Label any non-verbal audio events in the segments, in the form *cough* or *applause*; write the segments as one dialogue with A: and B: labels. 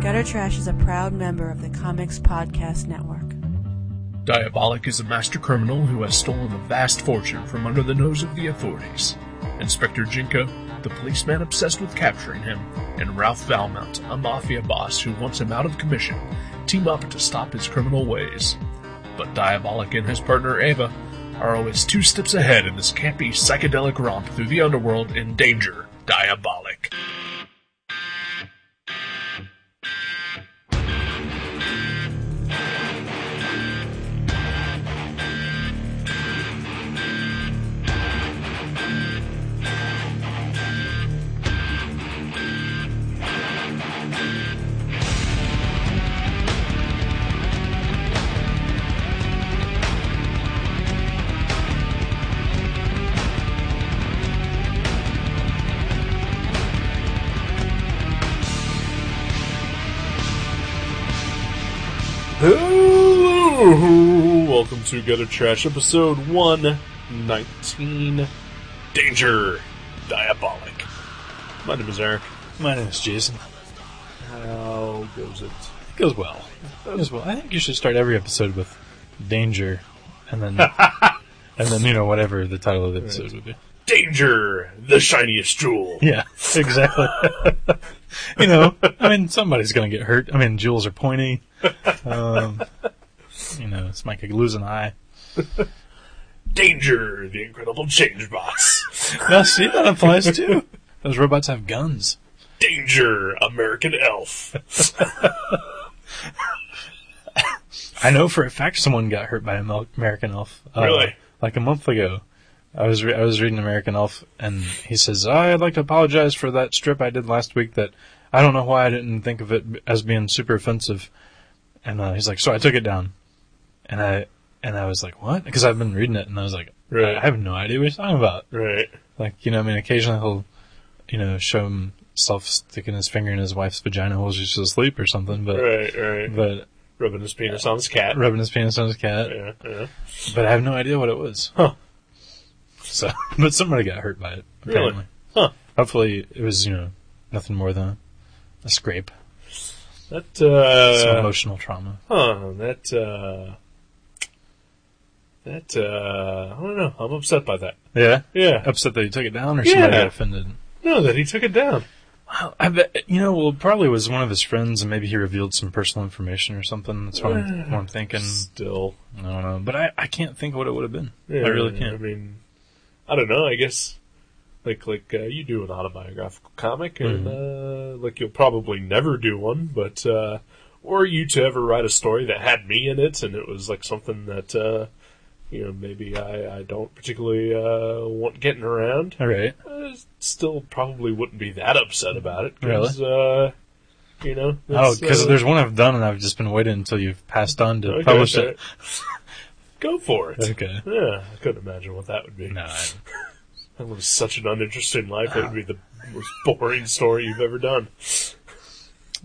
A: Gutter Trash is a proud member of the Comics Podcast Network.
B: Diabolic is a master criminal who has stolen a vast fortune from under the nose of the authorities. Inspector Jinko, the policeman obsessed with capturing him, and Ralph Valmont, a mafia boss who wants him out of commission, team up to stop his criminal ways. But Diabolic and his partner Ava are always two steps ahead in this campy psychedelic romp through the underworld in danger. Diabolic. Hello! Welcome to Gutter Trash, episode 119 Danger Diabolic. My name is Eric.
C: My name is Jason.
B: How goes it?
C: It goes well. It goes well. I think you should start every episode with danger, and then and then you know whatever the title of the episode would be.
B: Danger! The shiniest *laughs* jewel!
C: Yeah, exactly. *laughs* you know, I mean, somebody's gonna get hurt. I mean, jewels are pointy. Um, you know, it's like lose an eye.
B: Danger! The incredible change box!
C: Now, see that applies too. Those robots have guns.
B: Danger! American elf!
C: I know for a fact someone got hurt by an Mel- American Elf. uh,
B: Really?
C: Like a month ago. I was re- I was reading American Elf, and he says, "I'd like to apologize for that strip I did last week. That I don't know why I didn't think of it b- as being super offensive." And uh, he's like, "So I took it down," and I and I was like, "What?" Because I've been reading it, and I was like,
B: Right.
C: "I have no idea what he's talking about."
B: Right.
C: Like, you know, I mean, occasionally he'll, you know, show himself sticking his finger in his wife's vagina while she's asleep or something, but
B: Right, right.
C: but
B: Rubbing his penis on his cat.
C: rubbing his penis on his cat.
B: Yeah, yeah.
C: but I have no idea what it was.
B: Huh.
C: So, *laughs* but somebody got hurt by it.
B: Really?
C: Apparently.
B: Huh.
C: Hopefully, it was you know nothing more than a scrape,
B: That,
C: some
B: uh.
C: emotional trauma.
B: Huh, that, uh. That, uh. I don't know. I'm upset by that.
C: Yeah.
B: Yeah.
C: Upset that he took it down, or
B: Yeah.
C: somebody got offended.
B: No, that he took it down.
C: Wow, I bet you know. Well, probably was one of his friends, and maybe he revealed some personal information or something. That's what, I'm, what I'm thinking.
B: Still.
C: I don't know, but I, I can't think what it would have been.
B: Yeah,
C: I really
B: I
C: can't.
B: mean, I don't know. I guess like like uh, you do an autobiographical comic, and
C: Mm-hmm.
B: uh, like you'll probably never do one, but uh, or you to ever write a story that had me in it, and it was like something that uh, you know maybe I I don't particularly uh, want getting around.
C: All right.
B: I still probably wouldn't be that upset about it. 'cause, Uh, you know,
C: Oh,
B: that's,
C: because
B: uh,
C: there's one I've done, and I've just been waiting until you've passed on to
B: okay,
C: publish
B: okay.
C: it.
B: Go for it.
C: *laughs* Okay.
B: Yeah, I couldn't imagine what that would be.
C: No, I-
B: That was such an uninteresting life. That would be the
C: Uh.
B: most boring story you've ever done.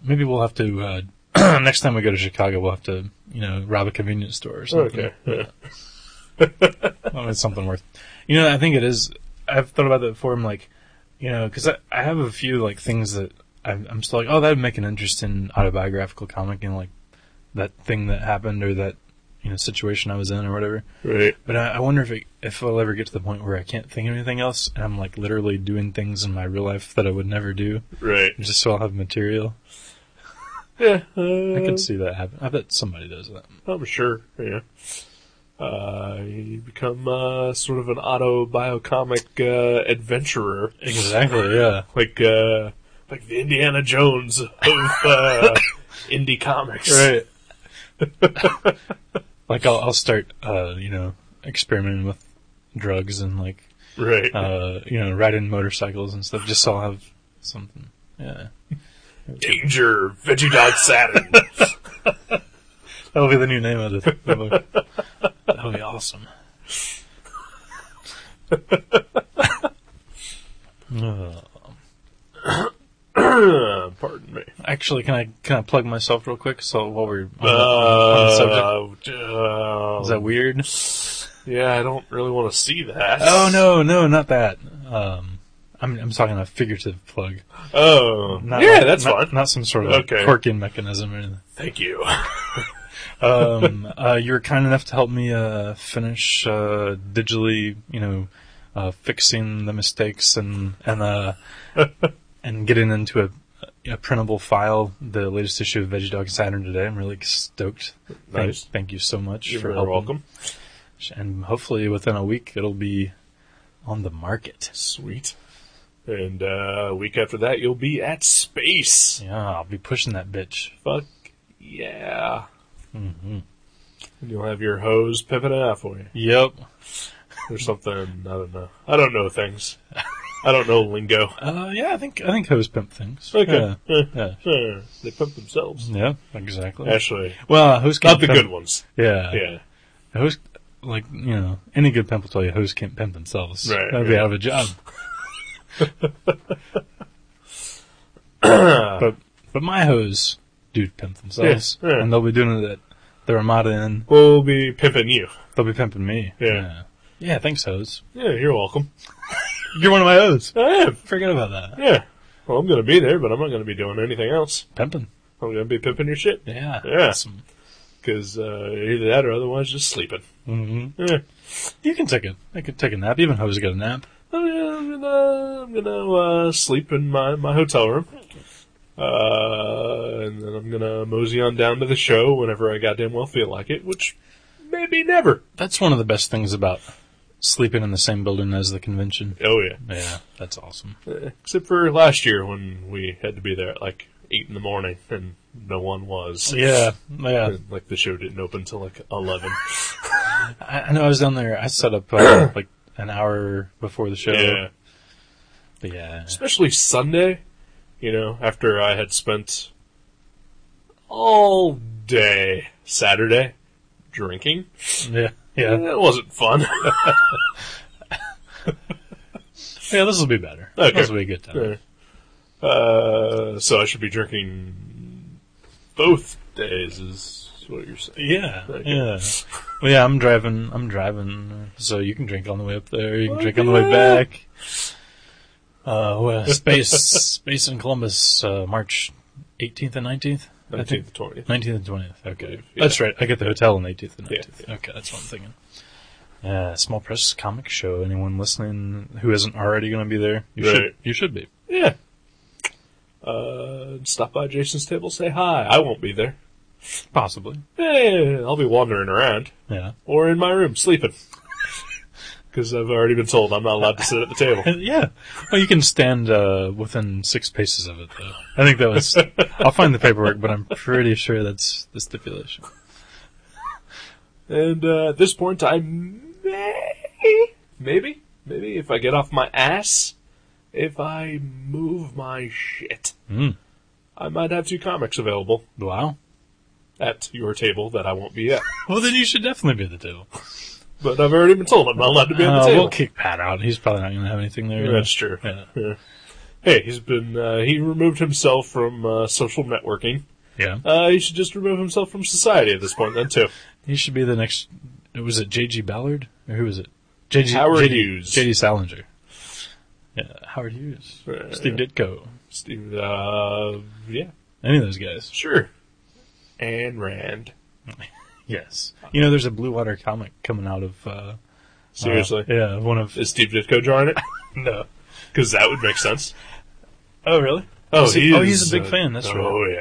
C: Maybe we'll have to uh, *clears throat* next time we go to Chicago. We'll have to you know rob a convenience store or something. *laughs*
B: Okay. Yeah.
C: I mean, it's something worth. You know, I think it is. I've thought about that before. I'm like, you know, because I, I have a few like things that I'm, I'm still like, oh, that'd make an interesting autobiographical comic, you know, like that thing that happened or that you know situation I was in or whatever.
B: Right.
C: But I, I wonder if it, if I'll ever get to the point where I can't think of anything else, and I'm like literally doing things in my real life that I would never do
B: Right.
C: just so I'll have material.
B: Yeah.
C: I
B: Uh,
C: could see that happen. I bet somebody does that.
B: I'm sure. Yeah. Uh, you become uh, sort of an autobiocomic uh, adventurer,
C: Exactly. Yeah.
B: like uh, like the Indiana Jones of
C: *laughs*
B: uh, indie comics.
C: Right. *laughs* like I'll, I'll start, uh, you know, experimenting with drugs and like,
B: Right.
C: uh, you know, riding motorcycles and stuff just so I'll have something. Yeah.
B: Danger, Veggie Dog
C: *laughs*
B: Saturn.
C: That'll be the new name of the, the book. That'll be awesome. Uh,
B: Uh, Pardon me.
C: actually, can I can I plug myself real quick? So while we're on, the- on the subject,
B: Uh, uh,
C: is that weird?
B: Yeah, I don't really want to see that.
C: Oh no, no, not that. Um, I'm, I'm talking a figurative plug.
B: Oh,
C: Not
B: yeah,
C: like-
B: that's
C: not,
B: fine.
C: Not some sort of
B: Okay.
C: corking mechanism or anything.
B: Thank you.
C: Um, uh, you were kind enough to help me uh, finish uh, digitally, you know, uh, fixing the mistakes and
B: *laughs*
C: and uh, and getting into a, a printable file. The latest issue of Veggie Dog Saturn today. I'm really stoked. Thank-
B: Nice.
C: Thank, you so much
B: You're
C: for
B: very
C: helping.
B: welcome.
C: And hopefully within a week it'll be on the market.
B: Sweet. And uh, a week after that, you'll be at space.
C: Yeah, I'll be pushing that bitch.
B: Fuck yeah.
C: Mhm.
B: And you'll have your hose pimping it out for you
C: Yep.
B: or something. I don't know. I don't know things. I don't know lingo.
C: Uh, yeah, I think I think hose pimp things.
B: Okay.
C: *laughs* Yeah. yeah.
B: Eh, *laughs* they pimp themselves.
C: Yeah, exactly.
B: Actually,
C: Well, host
B: not
C: can't
B: the
C: pimp-
B: good ones.
C: Yeah,
B: Yeah.
C: A Host like you know any good pimp will tell you hosts can't pimp themselves.
B: Right,
C: That'd be
B: right.
C: out of a job. *coughs* but but my hoes do pimp themselves,
B: Yeah, yeah.
C: and they'll be doing it at the Ramada Inn.
B: We'll be pimping you.
C: They'll be pimping me.
B: Yeah.
C: yeah, Yeah, thanks hoes.
B: Yeah, you're welcome.
C: You're one of my hoes.
B: I am.
C: Forget about that
B: Yeah. Well, I'm going to be there, but I'm not going to be doing anything else.
C: pimping.
B: I'm going to be pimping your shit.
C: Yeah,
B: Yeah.
C: Awesome.
B: Because uh, either that or otherwise just sleeping.
C: hmm
B: Yeah.
C: You can take a I could take a nap. Even hoes get a nap.
B: I'm gonna, I'm gonna, I'm gonna uh, sleep in my, my hotel room. Uh, and then I'm gonna mosey on down to the show whenever I goddamn well feel like it, which maybe never.
C: That's one of the best things about sleeping in the same building as the convention.
B: Oh yeah. Uh,
C: Yeah, that's awesome.
B: Except for last year when we had to be there at like 8 in the morning and no one was.
C: Yeah, yeah.
B: And, like the show didn't open till like 11.
C: I, I know I was down there. I set up uh, like an hour before the show.
B: yeah.
C: But yeah.
B: Especially Sunday, you know, after I had spent all day Saturday drinking.
C: Yeah. Yeah.
B: That wasn't fun. *laughs*
C: Yeah, this will be better.
B: Okay.
C: This will be a good time.
B: Uh, so I should be drinking both days, is what you're saying.
C: Yeah.
B: Okay.
C: Yeah. Well, yeah, I'm driving. I'm driving. So you can drink on the way up there. You can drink on the way
B: Okay.
C: back. Uh, well, space, *laughs* space in Columbus, uh, March 18th and 19th. I think.
B: 19th, 20th.
C: 19th and 20th. Okay.
B: Yeah.
C: That's right. I get the hotel on 18th and
B: Yeah,
C: 19th. Okay, that's what I'm thinking. Yeah, small press comic show. Anyone listening who isn't already going to be there, you should
B: Right.
C: you should be.
B: Yeah. Uh, stop by Jason's table, say hi. I won't be there.
C: Possibly.
B: Eh, I'll be wandering around
C: Yeah.
B: or in my room sleeping. *laughs* Because I've already been told I'm not allowed to sit at the table.
C: And- Yeah. Well, you can stand uh, within six paces of it, though. I think that was. I'll find the paperwork, but I'm pretty sure that's the stipulation.
B: And uh, at this point, I may, maybe, maybe if I get off my ass, if I move my shit,
C: Mm.
B: I might have two comics available
C: Wow.
B: at your table that I won't be at.
C: Well, then you should definitely be at the table.
B: But I've already been told I'm not allowed to be at
C: Uh,
B: the table.
C: We'll kick Pat out. He's probably not going to have anything there.
B: Yeah, That's true.
C: Yeah.
B: Yeah. Hey, he's been, uh, he removed himself from uh, social networking.
C: Yeah.
B: Uh, he should just remove himself from society at this point then too.
C: He should be the next. Was it J.G. Ballard or who was it? J.G.
B: Howard
C: J.D.
B: Hughes.
C: J.D. Salinger. Yeah, Howard Hughes.
B: Uh,
C: *laughs* Steve Ditko.
B: Steve, uh, yeah,
C: Any of those guys.
B: sure. And Rand.
C: Uh-huh. Yes. You know, there's a Blue Water comic coming out of. Uh,
B: Seriously.
C: uh, yeah, one of.
B: Is Steve Ditko
C: *laughs*
B: drawing it?
C: No.
B: Because that would make sense.
C: Oh, really?
B: Oh,
C: Is he-
B: he
C: oh,
B: is,
C: he's a big
B: uh,
C: fan, that's
B: oh,
C: right.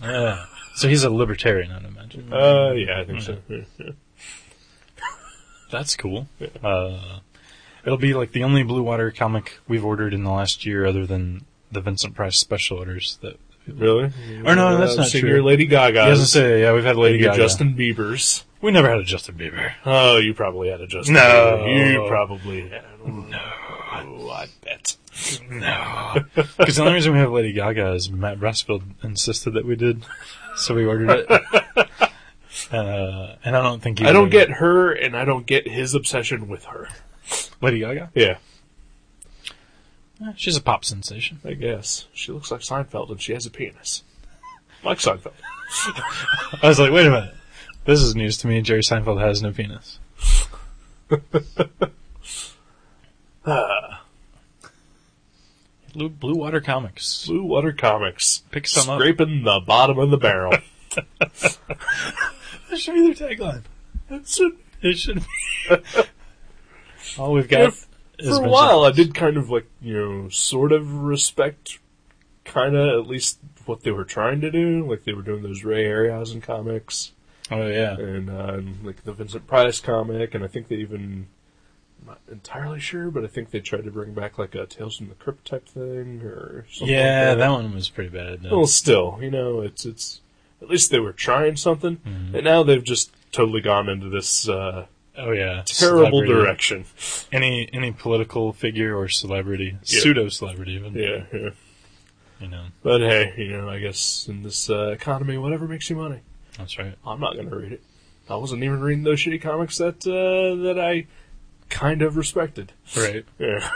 B: yeah.
C: Yeah. So he's a libertarian, I'd imagine.
B: Uh, yeah, I think so.
C: Hmm.
B: Yeah, yeah.
C: That's cool. Uh, it'll be like the only Blue Water comic we've ordered in the last year, other than the Vincent Price special orders. That
B: Really?
C: Or no, that's not
B: Senior
C: true.
B: Lady Gaga.
C: he doesn't say. Yeah, we've had Lady Gaga.
B: Uh, Justin Bieber's.
C: We never had a Justin Bieber.
B: Oh, you probably had a Justin.
C: No.
B: Bieber. you probably. Had no, I bet.
C: No. Because *laughs* the only reason we have Lady Gaga is Matt Brassfield insisted that we did, so we ordered it. Uh, and I don't think he
B: I don't
C: ordered
B: get her, and I don't get his obsession with her.
C: Lady Gaga.
B: Yeah,
C: Eh, She's a pop sensation.
B: I guess she looks like Seinfeld, and she has a penis, like Seinfeld.
C: I was like, wait a minute, this is news to me. Jerry Seinfeld has no penis. Blue, Blue Water Comics.
B: Blue Water Comics.
C: Pick some up.
B: Scraping the bottom of the barrel.
C: That should be their tagline.
B: That's it.
C: It should be. All we've got
B: Yeah, f-
C: is
B: for a while, I did kind of like you know, sort of respect, kind of at least what they were trying to do. Like they were doing those Ray Harryhausen comics
C: Oh yeah.
B: and, uh, and like the Vincent Price comic, and I think they even. I'm Not entirely sure, but I think they tried to bring back like a Tales from the Crypt type thing, or something
C: Yeah,
B: like
C: that one was pretty bad. no.
B: Well, still, you know, it's it's at least they were trying something,
C: Mm-hmm.
B: and now they've just totally gone into this uh,
C: Oh yeah.
B: terrible
C: Celebrity.
B: direction. *laughs*
C: Any any political figure or celebrity,
B: Yeah.
C: pseudo celebrity even.
B: Yeah, yeah.
C: You know.
B: But hey, you know, I guess in this uh, economy, whatever makes you money.
C: That's right.
B: I'm not gonna read it. I wasn't even reading those shitty comics that uh, that I kind of respected.
C: Right.
B: Yeah,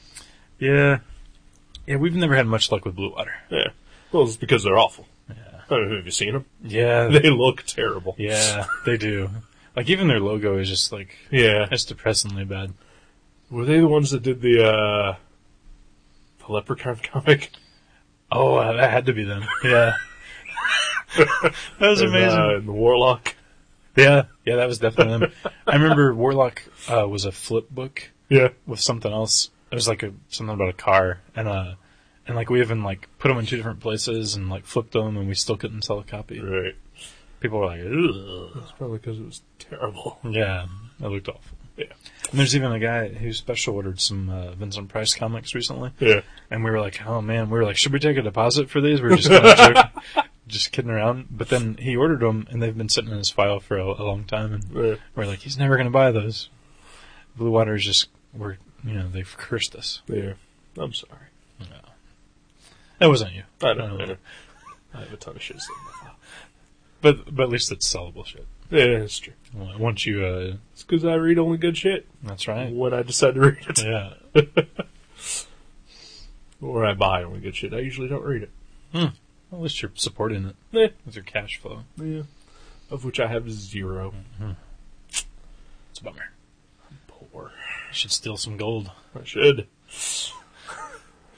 B: *laughs*
C: Yeah. Yeah, we've never had much luck with Blue Water.
B: yeah. Well, it's because they're awful. I mean, have you seen them?
C: *laughs* Yeah.
B: *laughs* They look terrible.
C: yeah, *laughs* they do. Like even their logo is just like
B: Yeah.
C: it's depressingly bad.
B: Were they the ones that did the uh, the Leprechaun *laughs* comic?
C: Oh, uh, that had to be them. *laughs* Yeah. that was
B: And, uh,
C: amazing.
B: and the Warlock.
C: yeah. Yeah, that was definitely them. I remember Warlock uh, was a flip book
B: Yeah.
C: with something else. It was like a something about a car and uh and like we even like put them in two different places and like flipped them and we still couldn't sell a copy.
B: Right.
C: People were like, Ugh.
B: It's probably because it was terrible. *laughs*
C: yeah, it looked awful.
B: Yeah.
C: And there's even a guy who special ordered some uh, Vincent Price comics recently.
B: Yeah.
C: And we were like, oh man, we were like, should we take a deposit for these? We were just kind of joking, just kidding around. But then he ordered them, and they've been sitting in his file for a, a long time. And
B: Yeah.
C: we're like, he's never going to buy those. Blue Water is just, we're, you know, they've cursed us.
B: Yeah. I'm sorry.
C: That wasn't you.
B: I know.
C: Oh.
B: I, know. I have a ton of shit. still in my file.
C: But but at least it's sellable shit.
B: Yeah, that's true.
C: Well, Once you, uh,
B: It's because I read only good shit
C: that's right.
B: when I decide to *laughs* read it,
C: Yeah.
B: or I buy only good shit. I usually don't read it.
C: At least you're supporting it
B: Yeah.
C: with your cash flow.
B: Yeah. Of which I have zero.
C: It's a bummer.
B: Poor.
C: You should steal some gold.
B: I should.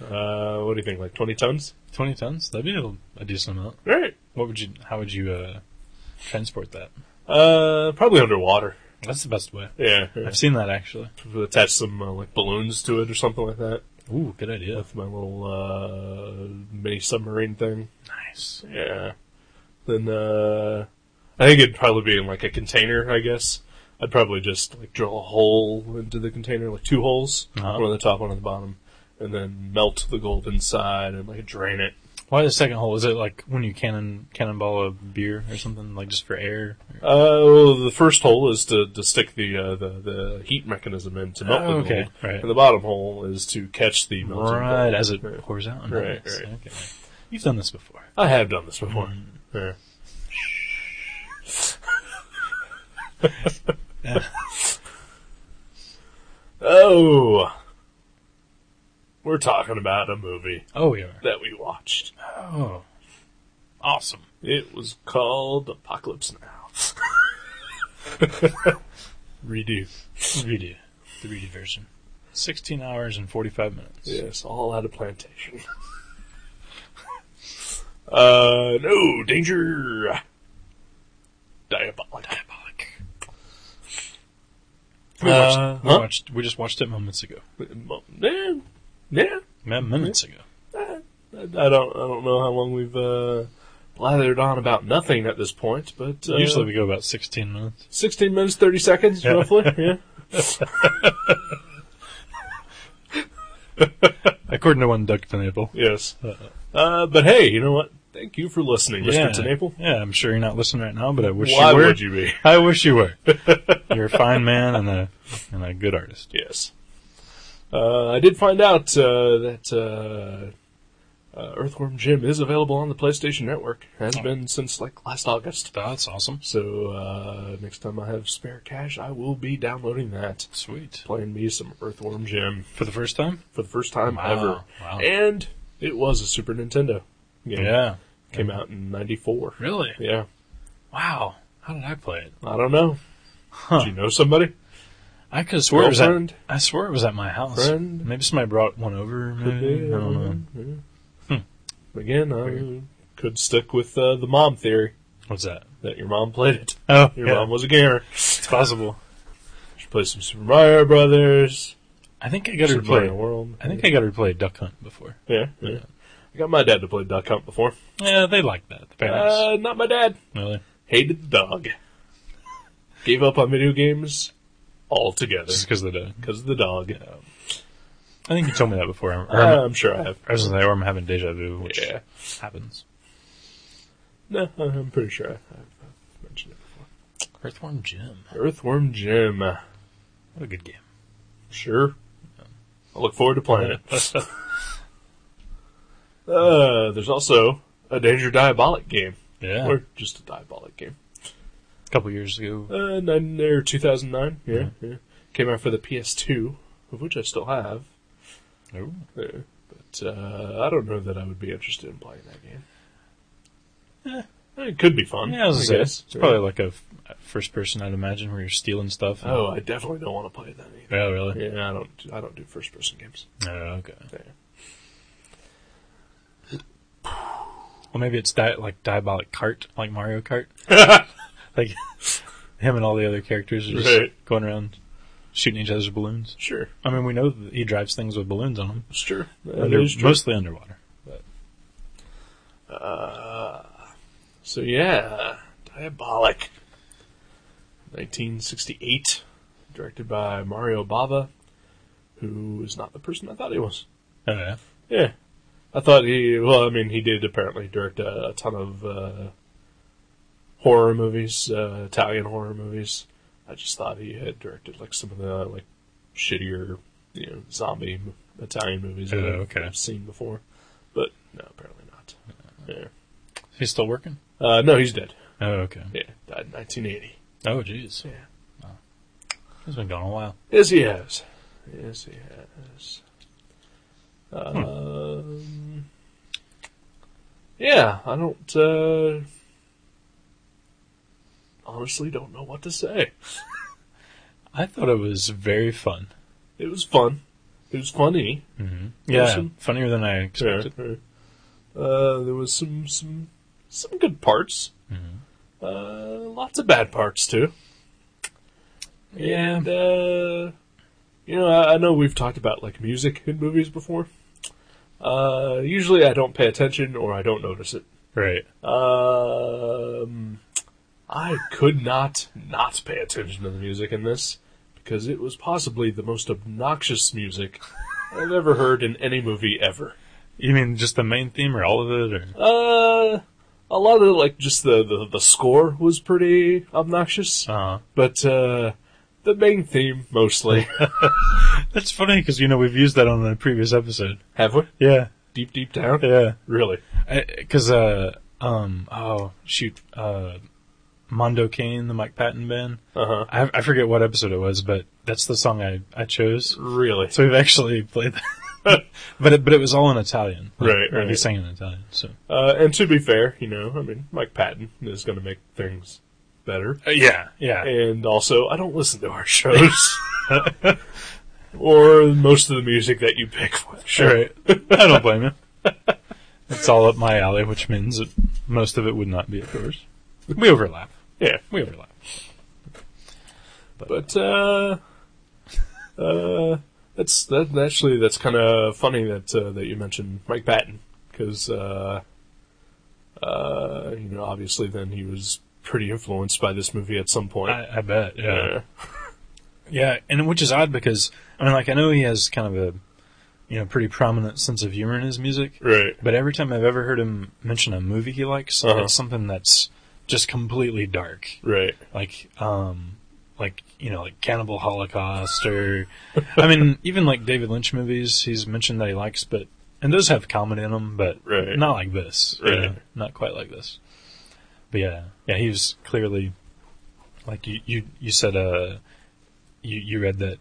B: Uh, what do you think? Like twenty tons?
C: 20 tons? That'd be a, a decent amount.
B: All right.
C: What would you, how would you, uh, transport that?
B: Uh, probably underwater.
C: That's the best way.
B: Yeah. yeah.
C: I've seen that actually.
B: Attach some uh, like balloons to it or something like that
C: Ooh, good idea.
B: with my little uh mini submarine thing.
C: Nice.
B: Yeah. Then uh I think it'd probably be in like a container, I guess. I'd probably just like drill a hole into the container, like two holes,
C: Uh-huh.
B: one on the top, one on the bottom, and then melt the gold inside and like drain it.
C: Why the second hole? Is it like when you cannon cannonball a beer or something, like just for air?
B: Uh, well, the first hole is to, to stick the, uh, the the heat mechanism in to melt
C: Oh,
B: the
C: okay.
B: gold,
C: Right.
B: and the bottom hole is to catch the melting
C: Right,
B: gold.
C: as it
B: Yeah.
C: pours out.
B: Right,
C: Nice.
B: right.
C: Okay. You've done this before. *laughs*
B: I have done this before.
C: Mm.
B: Yeah. oh, we're talking about a movie
C: Oh, we are.
B: that we watched.
C: Oh, awesome.
B: It was called Apocalypse Now. Redo.
C: *laughs* Redo the redo version. Sixteen hours and forty-five minutes.
B: Yes, all out of plantation. uh, no danger. Diabolic.
C: Diabolic. We, watched,
B: Uh,
C: we
B: huh?
C: watched. We just watched it moments ago.
B: Yeah, yeah.
C: Ma- Minutes ago.
B: I, I don't. I don't know how long we've uh, blathered on about nothing at this point, but uh,
C: Usually we go about sixteen minutes.
B: sixteen minutes thirty seconds
C: *laughs* Yeah.
B: roughly. Yeah.
C: According to one Doug Finaple.
B: Yes. Uh, but hey, you know what? Thank you for listening, Mister Tenaple.
C: Uh-huh. Yeah, I'm sure you're not listening right now, but I wish
B: Why
C: you were.
B: would you be?
C: I wish you
B: *laughs*
C: were. You're a fine man and a and a good artist.
B: Yes. Uh, I did find out uh, that uh, uh, Earthworm Jim is available on the PlayStation Network.
C: Oh.
B: Has been since like last August.
C: That's awesome.
B: So uh, next time I have spare cash, I will be downloading that,
C: Sweet.
B: playing me some Earthworm Jim
C: For the first time?
B: for the first time
C: Wow,
B: ever.
C: wow.
B: And it was a Super Nintendo game.
C: Yeah.
B: Came out in '94.
C: Really?
B: Yeah.
C: Wow. How did I play it?
B: I don't know. Do you know somebody?
C: I could have swore it was at,
B: Girlfriend?
C: I swore it was at my house.
B: Friend?
C: Maybe somebody brought one over.
B: Could
C: Maybe.
B: be.
C: Mm, I don't know. Hmm.
B: yeah. Again, I could stick with uh, the mom theory
C: What's that?
B: that your mom played it.
C: Oh,
B: Your
C: yeah.
B: mom was a gamer.
C: It's possible.
B: She played some Super Mario Brothers.
C: I think I got
B: She
C: her to
B: played Mario
C: play.
B: World.
C: I think I got her to play Duck Hunt before.
B: Yeah, yeah. I got my dad to play Duck Hunt before.
C: Yeah, they like that. The parents.
B: Uh, not my dad.
C: really?
B: Hated the dog. Gave up on video games altogether
C: Just because they do.
B: because of the dog.
C: I think you told me that before. I'm, or I'm-
B: I'm sure I have.
C: I was gonna say, or I'm having deja vu, which
B: Yeah.
C: happens.
B: No, I'm pretty sure I have I've mentioned it before.
C: Earthworm Jim.
B: Earthworm Jim.
C: What a good game.
B: Sure. I look forward to playing it.
C: That's
B: *laughs* Uh, there's also a Danger Diabolic game,
C: Yeah.
B: or just a Diabolic game.
C: a couple years ago.
B: Uh, nine, or 2009, yeah,
C: Mm-hmm.
B: yeah. Came out for the PS2, of which I still have.
C: Ooh.
B: Yeah. But uh, I don't know that I would be interested in playing that game. It could be fun.
C: Eh. Yeah, I was gonna
B: guess.
C: say, it's probably like a f- first person, I'd imagine, where you're stealing stuff. and-
B: Oh, I definitely don't want to play that either.
C: Yeah, really?
B: Yeah, I don't. I don't do first person games.
C: Oh, okay.
B: There.
C: Well, maybe it's di- like Diabolic Kart, like
B: *laughs*
C: Mario Kart. like, him and all the other characters are just
B: Right.
C: going around shooting each other's balloons.
B: Sure,
C: I mean, we know that he drives things with balloons on them.
B: sure. That
C: Under-
B: is true.
C: mostly underwater.
B: So yeah, Diabolic. 1968, directed by Mario Bava, who is not the person I thought he was.
C: Oh, yeah.
B: Yeah, I thought he. Well, I mean, he did apparently direct a, a ton of uh, horror movies, uh, Italian horror movies. I just thought he had directed like some of the like shittier, you know, zombie m- Italian movies that
C: Oh,
B: I've-
C: okay.
B: I've seen before. But no, apparently not. Yeah.
C: He's still working?
B: Uh, no, he's dead.
C: Oh, okay.
B: Yeah, died in 1980.
C: Oh, jeez.
B: Yeah.
C: Wow. He's been gone a while.
B: Yes, he has. Yes, he has. Um, yeah, I don't. Uh, honestly, don't know what to say.
C: I thought it was very fun.
B: It was fun. It was funny.
C: Mm-hmm. Yeah,
B: Awesome.
C: funnier than I
B: Yeah,
C: expected.
B: yeah. Uh, there was some some some good parts. Uh, lots of bad parts too.
C: Yeah.
B: And, uh, you know, I, I know we've talked about like music in movies before. Uh, usually, I don't pay attention or I don't notice it.
C: Right.
B: Um, I could not not pay attention to the music in this because it was possibly the most obnoxious music I've ever heard in any movie ever.
C: You mean just the main theme or all of it? Or
B: Uh, a lot of like just the, the the score was pretty obnoxious,
C: uh
B: but uh, the main theme mostly. *laughs*
C: That's funny because you know we've used that on a previous episode.
B: Have we?
C: Yeah,
B: Deep deep down.
C: yeah.
B: Really?
C: Because uh, um, oh shoot, uh, Mondo Kane, the Mike Patton band.
B: Uh huh.
C: I, I forget what episode it was, but that's the song I I chose.
B: Really?
C: So we've actually played that, *laughs* but it, but it was all in Italian.
B: Right,
C: Or They
B: right.
C: sang in Italian. So
B: Uh, and to be fair, you know, I mean, Mike Patton is going to make things better,
C: yeah, yeah.
B: and also I don't listen to our
C: *laughs*
B: shows. *laughs* Or most of the music that you pick for the show.
C: Sure. I don't blame you. It's all up my alley, which means that most of it would not be of yours. We overlap.
B: Yeah.
C: We overlap.
B: But uh, uh, that's that. Actually, that's kind of funny that uh, that you mentioned Mike Patton because uh, uh, you know obviously then he was pretty influenced by this movie at some point.
C: I, I bet. Yeah.
B: Uh,
C: Yeah, and which is odd because I mean, like I know he has kind of a, you know, pretty prominent sense of humor in his music,
B: right.
C: but every time I've ever heard him mention a movie he likes,
B: Uh-huh.
C: it's something that's just completely dark,
B: Right.
C: like, um, like you know, like Cannibal Holocaust, or
B: *laughs*
C: I mean, even like David Lynch movies, he's mentioned that he likes, but and those have comedy in them, but
B: Right.
C: not like this, you
B: Right.
C: know, not quite like this. But yeah, yeah, he was clearly like you. You, you said uh, you you read that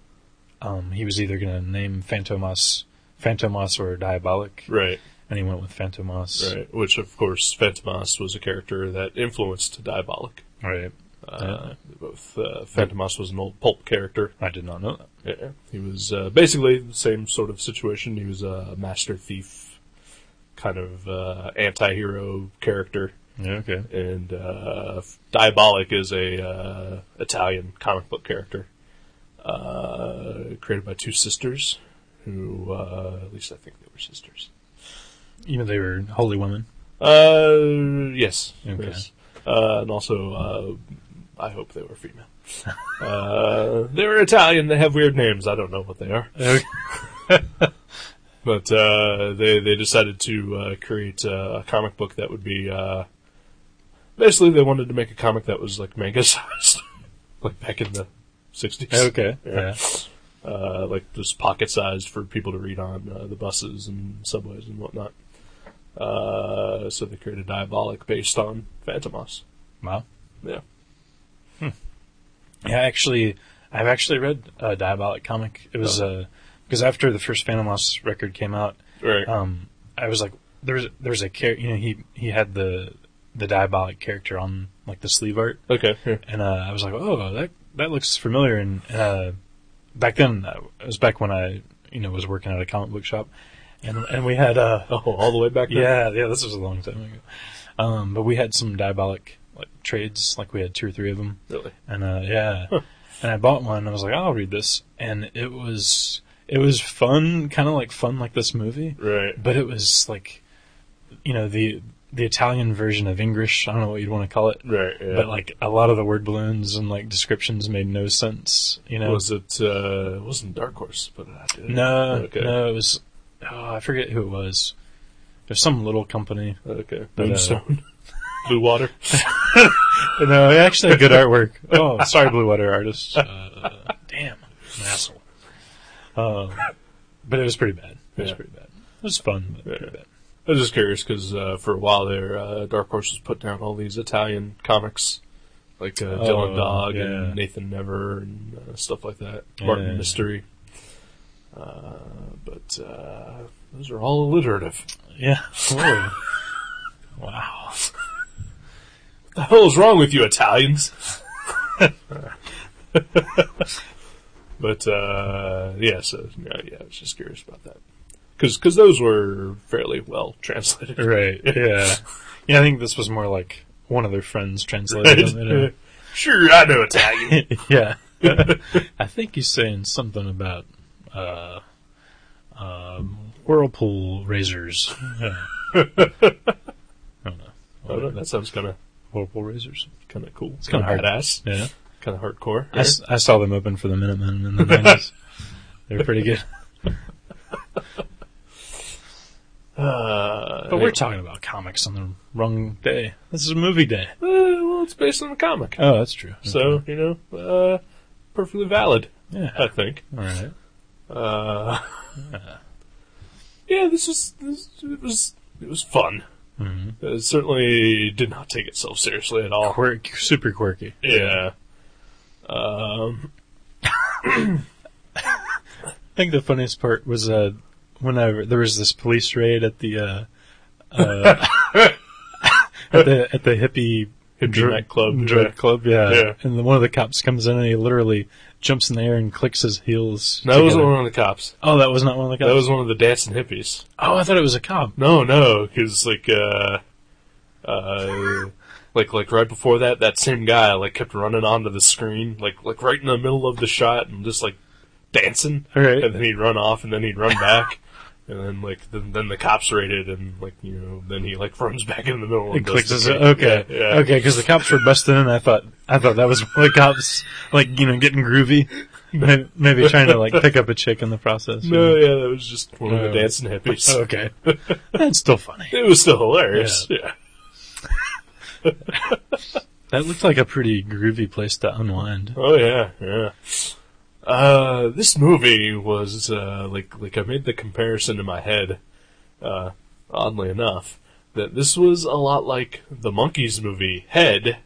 C: um, he was either going to name Phantomas, Phantomas or Diabolic,
B: Right.
C: and he went with Phantomas.
B: Right. Which of course, Fantomas was a character that influenced Diabolic.
C: Right.
B: Uh, Both uh, Fantomas was an old pulp character.
C: I did not know that.
B: Yeah, he was uh, basically the same sort of situation. He was a master thief, kind of uh, anti-hero character,
C: Yeah, okay.
B: and uh, Diabolic is a uh, Italian comic book character uh, created by two sisters, who uh, at least I think they were sisters.
C: Even they were holy women.
B: Uh, yes,
C: Okay.
B: yes. Uh, and also, uh, I hope they were female. *laughs* uh, they were Italian. They have weird names. I don't know what they are. But uh, they they decided to uh, create uh, a comic book that would be uh, basically they wanted to make a comic that was like manga *laughs* sized, like back in the sixties.
C: *laughs* okay.
B: Yeah. Uh, like just pocket sized for people to read on uh, the buses and subways and whatnot. Uh, so they created Diabolic based on Phantomos.
C: Wow.
B: Yeah.
C: Yeah, actually, I've actually read a Diabolic comic. It was uh, because after the first Phantomos record came out,
B: Right.
C: um, I was like, there's there's a character, you know, he he had the the Diabolic character on like the sleeve art,
B: okay. yeah.
C: and uh, I was like, oh, that that looks familiar. And uh, back then, uh, it was back when I you know was working at a comic book shop, and and we had uh,
B: Oh, all the way back. then?
C: *laughs* yeah, yeah, this was a long time ago. Um, but we had some diabolic like trades, like we had two or three of them,
B: Really.
C: and uh, yeah, and I bought one. and I was like, I'll read this, and it was it was fun, kind of like fun, like this movie,
B: Right.
C: but it was like, you know, the the Italian version of English. I don't know what you'd want to call it,
B: Right. Yeah.
C: but like a lot of the word balloons and like descriptions made no sense. You know,
B: was it uh, it wasn't Dark Horse? But I did.
C: no,
B: Okay.
C: no, it was oh, I forget who it was. There's some little company.
B: Okay.
C: But, uh,
B: Moonstone. *laughs* Blue Water.
C: No, actually, good artwork. *laughs* Oh, sorry, Blue Water artists. Uh, damn, I'm an asshole. Um, but it was pretty bad. It was
B: Yeah.
C: pretty bad. It was fun, but pretty
B: Yeah.
C: bad.
B: I was just curious because uh, for a while there, uh, Dark Horse was putting out all these Italian comics, like uh,
C: Oh,
B: Dylan Dog
C: yeah.
B: and Nathan Never and uh, stuff like that. Martin
C: Yeah.
B: Mystery. Uh, but uh, those are all alliterative.
C: Yeah. Whoa. wow.
B: What *laughs* the hell is wrong with you Italians? *laughs* but uh, yeah, so yeah, yeah, I was just curious about that because those were fairly well translated.
C: Right. Yeah. *laughs* Yeah, I think this was more like one of their friends translated them. you know.
B: *laughs* sure, I know Italian.
C: *laughs* yeah. I think he's saying something about uh, um, whirlpool razors. *laughs* Yeah. I don't know.
B: I don't know, Oh, that sounds kind of
C: Whirlpool razors.
B: kind of cool. It's
C: kinda hard.
B: badass.
C: Yeah.
B: Kind of hardcore.
C: I, s- I saw them open for the Minutemen *laughs* in the 90s. they were pretty good.
B: uh,
C: But we're talking about comics on the wrong day. This is a movie day.
B: uh, well, it's based on a comic,
C: Oh, that's true.
B: so you know, uh, perfectly valid.
C: yeah.
B: I think.
C: All right.
B: Uh, yeah, this was this, it was it was fun.
C: Mm-hmm.
B: It certainly did not take itself seriously at all.
C: Quirk, super quirky.
B: Yeah. Um,
C: I think the funniest part was uh, when I, there was this police raid at the uh, *laughs* uh, at the at the hippie
B: Hippie nightclub,
C: drug
B: yeah.
C: club, yeah.
B: Yeah.
C: And the, one of the cops comes in and he literally jumps in the air and clicks his heels.
B: that was
C: together.
B: one of the cops.
C: Oh, that was not one of the cops.
B: That was one of the dancing hippies.
C: oh, I thought it was a cop.
B: No, no, because like, uh, uh, like like right before that, that same guy like kept running onto the screen, like like right in the middle of the shot, and just like dancing.
C: All right.
B: and then he'd run off, and then he'd run back, *laughs* and then like then, then the cops raided, and like you know then he like runs back in the middle and
C: It clicks
B: does
C: as
B: the
C: a,
B: thing.
C: okay,
B: Yeah, yeah.
C: okay, because the cops were busting in. I thought, I thought that was *laughs* the cops, like you know, getting groovy, May- maybe trying to like pick up a chick in the process. *laughs*
B: No, yeah, that was just one of
C: No.
B: the dancing hippies.
C: Uh, okay, that's still funny.
B: It was still hilarious. Yeah.
C: That looked like a pretty groovy place to unwind.
B: Oh yeah, yeah. Uh, this movie was uh, like like I made the comparison in my head. Uh, oddly enough, that this was a lot like the monkeys movie Head,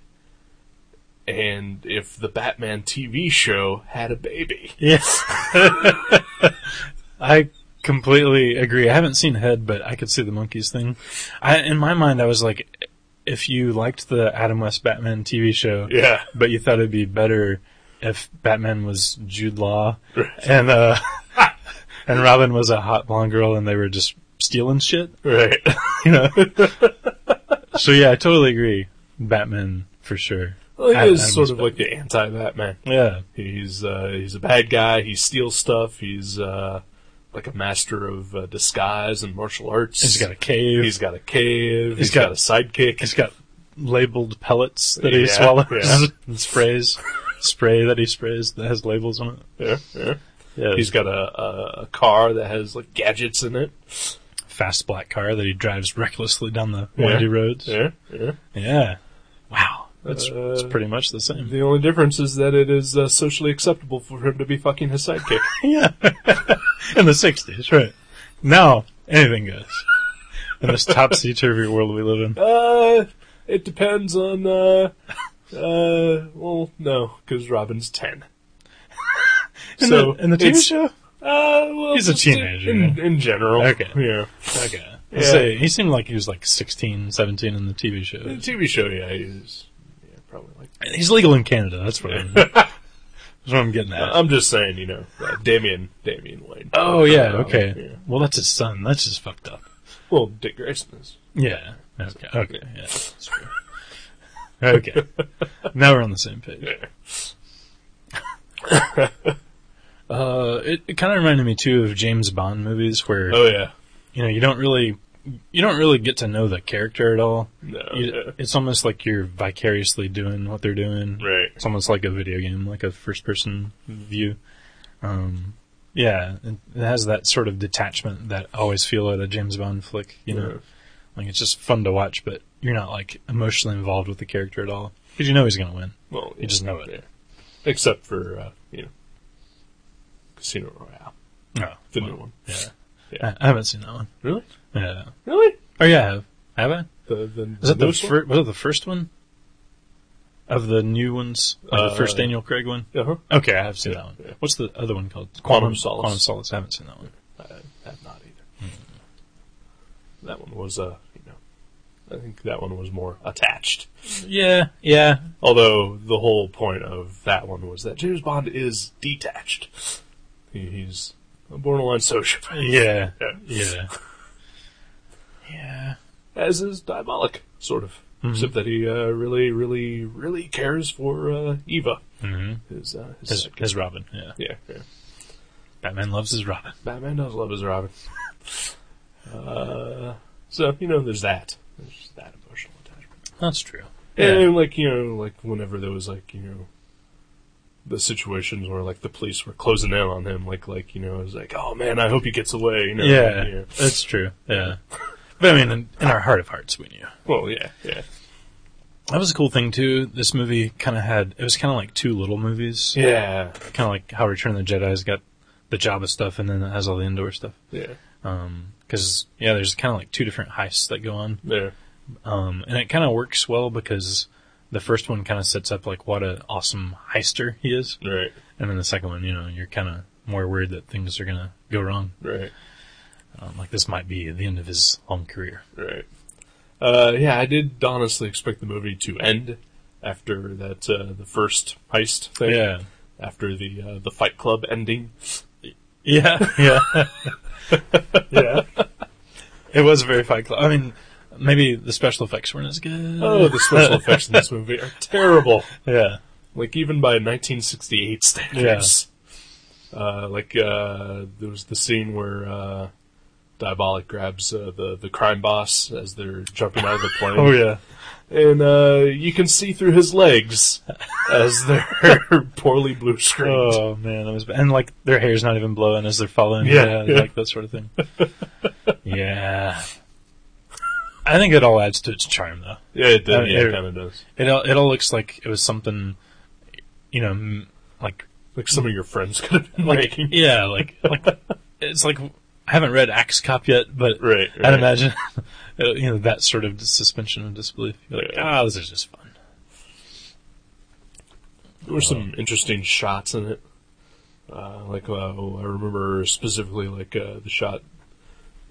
B: and if the Batman TV show had a
C: *laughs*
B: baby.
C: Yes, I completely agree. I haven't seen Head, but I could see the monkeys thing. I, in my mind, I was like, if you liked the Adam West Batman TV show,
B: Yeah.
C: but you thought it'd be better if Batman was Jude Law and uh, *laughs* and Robin was a hot blonde girl and they were just stealing shit, *laughs*
B: Right.
C: you know. so yeah, I totally agree. Batman for sure.
B: Well, he
C: Adam-
B: is
C: Adam
B: sort
C: is
B: of like the anti-Batman.
C: Yeah,
B: He's uh, he's a bad guy. He steals stuff. He's uh, like a master of uh, disguise and martial arts.
C: he's got a cave.
B: he's got a cave.
C: He's
B: he's got,
C: got-
B: a sidekick.
C: he's got labeled pellets that he
B: Yeah,
C: swallows
B: yeah.
C: *laughs* and sprays. Spray that he sprays that has labels on it.
B: Yeah, yeah.
C: Yeah,
B: He's got a, a a car that has like gadgets in it.
C: fast black car that he drives recklessly down the windy
B: Yeah.
C: roads.
B: Yeah, yeah.
C: Yeah. Wow. That's,
B: Uh,
C: that's pretty much the same.
B: The only difference is that it is uh, socially acceptable for him to be fucking his
C: *laughs*
B: sidekick.
C: Yeah. In the 60s, right. Now, anything goes. In this topsy-turvy world we live in.
B: uh, it depends on. Uh, uh, well, no, because Robin's ten.
C: In
B: so
C: the, in the TV
B: it's-
C: show?
B: Uh, well,
C: He's a
B: just in-
C: teenager,
B: in,
C: yeah.
B: in general.
C: Okay.
B: Yeah.
C: Okay.
B: Yeah.
C: Say, he seemed like he was like 16, 17 in the TV
B: The
C: show.
B: TV show, yeah, he's yeah, probably like.
C: He's legal in Canada, that's what, *laughs* I'm, that's what I'm getting at.
B: I'm just saying, you know, uh, Damian, Damian Wayne.
C: oh, yeah,
B: Um,
C: okay.
B: yeah.
C: Well, that's his son. That's just fucked up.
B: Well, Dick Grayson is.
C: Yeah. Okay. Okay. Yeah. that's true. *laughs* okay. Now we're on the same page.
B: Yeah.
C: Uh, it, it kind of reminded me too of James Bond movies where
B: Oh yeah.
C: you know you don't really you don't really get to know the character at all.
B: No.
C: You-
B: yeah.
C: It's almost like you're vicariously doing what they're doing.
B: Right.
C: It's almost like a video game, like a first person view. Um, yeah, it, it has that sort of detachment that I always feel at a James Bond flick. You know,
B: Yeah.
C: like it's just fun to watch, but you're not like emotionally involved with the character at all because you know he's gonna win.
B: Well, yeah,
C: just know it.
B: yeah. Except for uh, you know, Casino Royale,
C: No,
B: the new one.
C: yeah.
B: Oh, Yeah.
C: I, I haven't seen that one.
B: *laughs* Really?
C: Yeah.
B: Really?
C: Oh yeah, I have. Have I?
B: The the
C: Is that the
B: newest
C: first? Was it the first one of the new ones? Like the
B: Uh,
C: first Daniel Craig one?
B: one? Uh-huh.
C: Okay, I have seen
B: yeah,
C: that one.
B: yeah.
C: What's the other one called?
B: Quantum Solace.
C: Quantum Solace. I haven't seen that one.
B: I have not either.
C: Hmm.
B: That one was uh, you know, I think that one was more attached.
C: Yeah, yeah,
B: Although the whole point of that one was that James Bond is detached. He, he's a borderline sociopath.
C: yeah,
B: Yeah.
C: yeah, *laughs* yeah.
B: As is Diabolic, sort of. Except that he uh, really, really, really cares for uh, Eva.
C: Mm-hmm.
B: His, uh, his,
C: As,
B: second-
C: as Robin, yeah.
B: yeah, yeah.
C: Batman loves his Robin.
B: Batman does love his Robin. *laughs* uh, so you know, there's that. There's that emotional attachment.
C: That's true.
B: And like you know, like whenever there was like you know, the situations where like the police were closing in on him, like like you know, it was like, oh man, I hope he gets away. You know,
C: yeah,
B: you know.
C: that's true. Yeah, but I mean, in, in our heart of hearts, we knew.
B: Well, yeah, yeah,
C: That was a cool thing too. This movie kind of had it was kind of like two little movies.
B: yeah,
C: kind of like how Return of the Jedi's got the Jabba stuff, and then it has all the indoor stuff.
B: yeah,
C: Because yeah, there's kind of like two different heists that go on,
B: yeah,
C: um, and it kind of works well because the first one kind of sets up like what an awesome heister he is,
B: right,
C: and then the second one, you know, you're kind of more worried that things are gonna go wrong.
B: right,
C: Um, like this might be the end of his long career.
B: right. Uh, yeah, I did honestly expect the movie to end after that uh, the first heist thing.
C: Yeah,
B: After the uh, the Fight Club ending.
C: yeah, *laughs* yeah, yeah. It was very Fight Club. I mean, maybe the special effects weren't as good.
B: *laughs* Oh, the special effects in this movie are terrible.
C: yeah.
B: Like even by 1968 standards. Uh, like uh, there was the scene where uh, Diabolic grabs uh, the the crime boss as they're jumping out of
C: *laughs*
B: the plane,
C: Oh yeah.
B: and uh, you can see through his legs as they're *laughs* poorly blue screened.
C: Oh man, that was bad. and like their hair's not even blowing as they're following.
B: Yeah,
C: Yeah,
B: yeah.
C: like that sort of thing. yeah, I think it all adds to its charm, though.
B: yeah, it, did,
C: Uh,
B: yeah, it
C: it-
B: kind of does.
C: It all, it all looks like it was something, you know, m- like
B: Like some of your friends *laughs* could have been
C: like
B: making.
C: yeah, like
B: *laughs*
C: like it's like I haven't read Axe Cop yet, but
B: Right, right.
C: I'd imagine *laughs* you know that sort of suspension of disbelief. You're like,
B: Yeah.
C: ah, this is just fun.
B: There were some interesting shots in it. Uh, like uh, I remember specifically, like uh, the shot.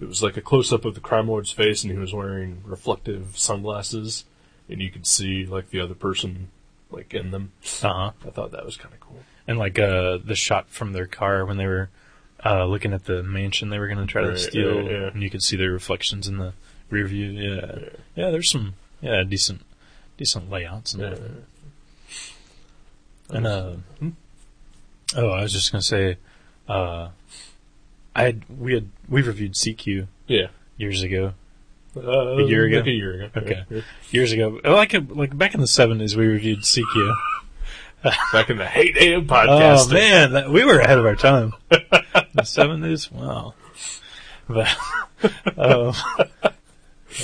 B: It was like a close up of the crime lord's face, and he was wearing reflective sunglasses, and you could see like the other person like in them.
C: Uh huh.
B: I thought that was kind of cool.
C: And like uh, the shot from their car when they were uh, looking at the mansion they were going to try to
B: Right,
C: steal,
B: yeah, yeah.
C: and you could see their reflections in the rear view. Yeah, yeah.
B: Yeah.
C: there's some yeah decent decent layouts and
B: Yeah.
C: that. And uh, oh, I was just going to say, uh, I had, we had we reviewed CQ
B: yeah.
C: years ago.
B: Uh,
C: A year ago?
B: Like a year ago.
C: Okay.
B: Yeah.
C: Years ago, like like back in the seventies, we reviewed CQ.
B: Back in the heyday of
C: Oh
B: podcasting.
C: man, that, we were ahead of
B: *laughs*
C: our time. the seventies, wow. But *laughs* um,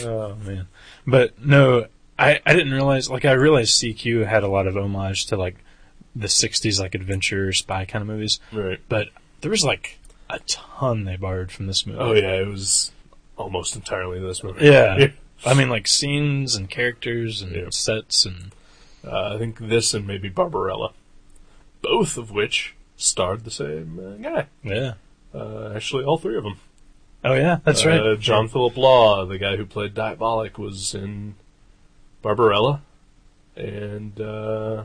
C: oh man, but no, I I didn't realize. Like I realized CQ had a lot of homage to like the sixties, like adventure spy kind of movies.
B: Right.
C: But there was like a ton they borrowed from this movie.
B: Oh yeah, it was almost entirely this movie.
C: Yeah. I mean, like scenes and characters and
B: Yeah.
C: sets and
B: Uh, I think this and maybe Barbarella, both of which starred the same uh, guy.
C: yeah.
B: Uh, actually, all three of them.
C: Oh yeah, that's
B: Uh,
C: right.
B: John Philip Law, the guy who played Diabolic, was in Barbarella and uh,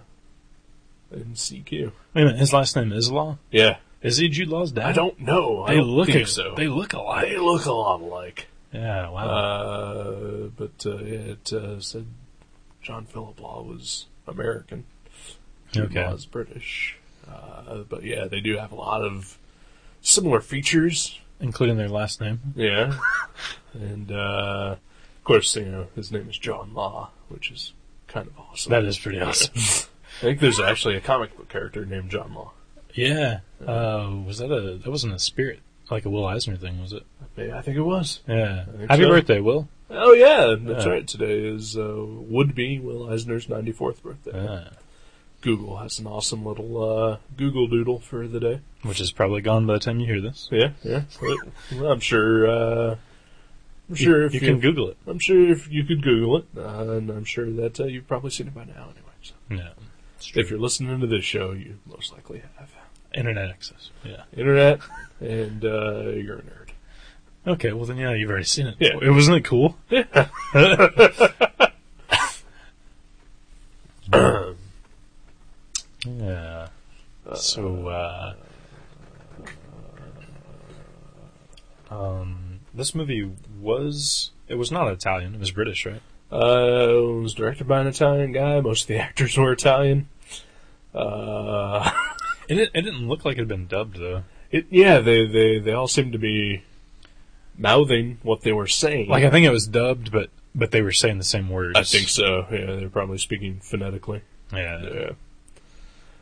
B: in CQ.
C: Wait a minute, his last name is Law.
B: Yeah,
C: Is he Jude Law's dad?
B: I don't know. I
C: They
B: don't
C: look
B: think
C: a-
B: so.
C: They Oh. look alike.
B: They look a lot alike.
C: Yeah, wow.
B: Uh, but uh, yeah, it uh, said John Philip Law was American. Jude
C: Okay.
B: Law is British. Uh, but yeah, they do have a lot of similar features.
C: Including their last name.
B: Yeah. *laughs* and, uh, of course, you know, his name is John Law, which is kind of awesome.
C: That is pretty awesome.
B: I think there's actually a comic book character named John Law.
C: *laughs* Yeah. Uh, was that a, that wasn't a spirit, like a Will Eisner thing, was it?
B: Yeah, I think it was.
C: Yeah.
B: I think
C: Happy
B: so.
C: birthday, Will.
B: Oh, yeah, that's
C: Yeah.
B: right. Today is, uh, would be Will Eisner's 94th birthday.
C: Yeah.
B: Google has an awesome little uh, Google Doodle for the day.
C: Which is probably gone by the time you hear this.
B: Yeah, yeah. I'm sure. Uh, I'm
C: You-
B: sure if
C: you, can Google it.
B: I'm sure if you could Google it, uh, and I'm sure that uh, you've probably seen it by now. Anyway, so
C: Yeah. It's
B: if you're listening to this show, you most likely have
C: Internet access. Yeah.
B: internet, and uh, you're a nerd.
C: Okay, well then, yeah, you've already seen it.
B: Yeah.
C: It wasn't it cool? *laughs* Yeah. So, uh, um, this movie was, it was not Italian, it was British, right?
B: Uh, it was directed by an Italian guy. Most of the actors were Italian. Uh, *laughs*
C: It didn't, it didn't look like it had been dubbed though.
B: it, yeah, they, they they all seemed to be mouthing what they were saying.
C: Like I think it was dubbed, but but they were saying the same words.
B: I think so. Yeah, they're probably speaking phonetically.
C: Yeah.
B: Yeah.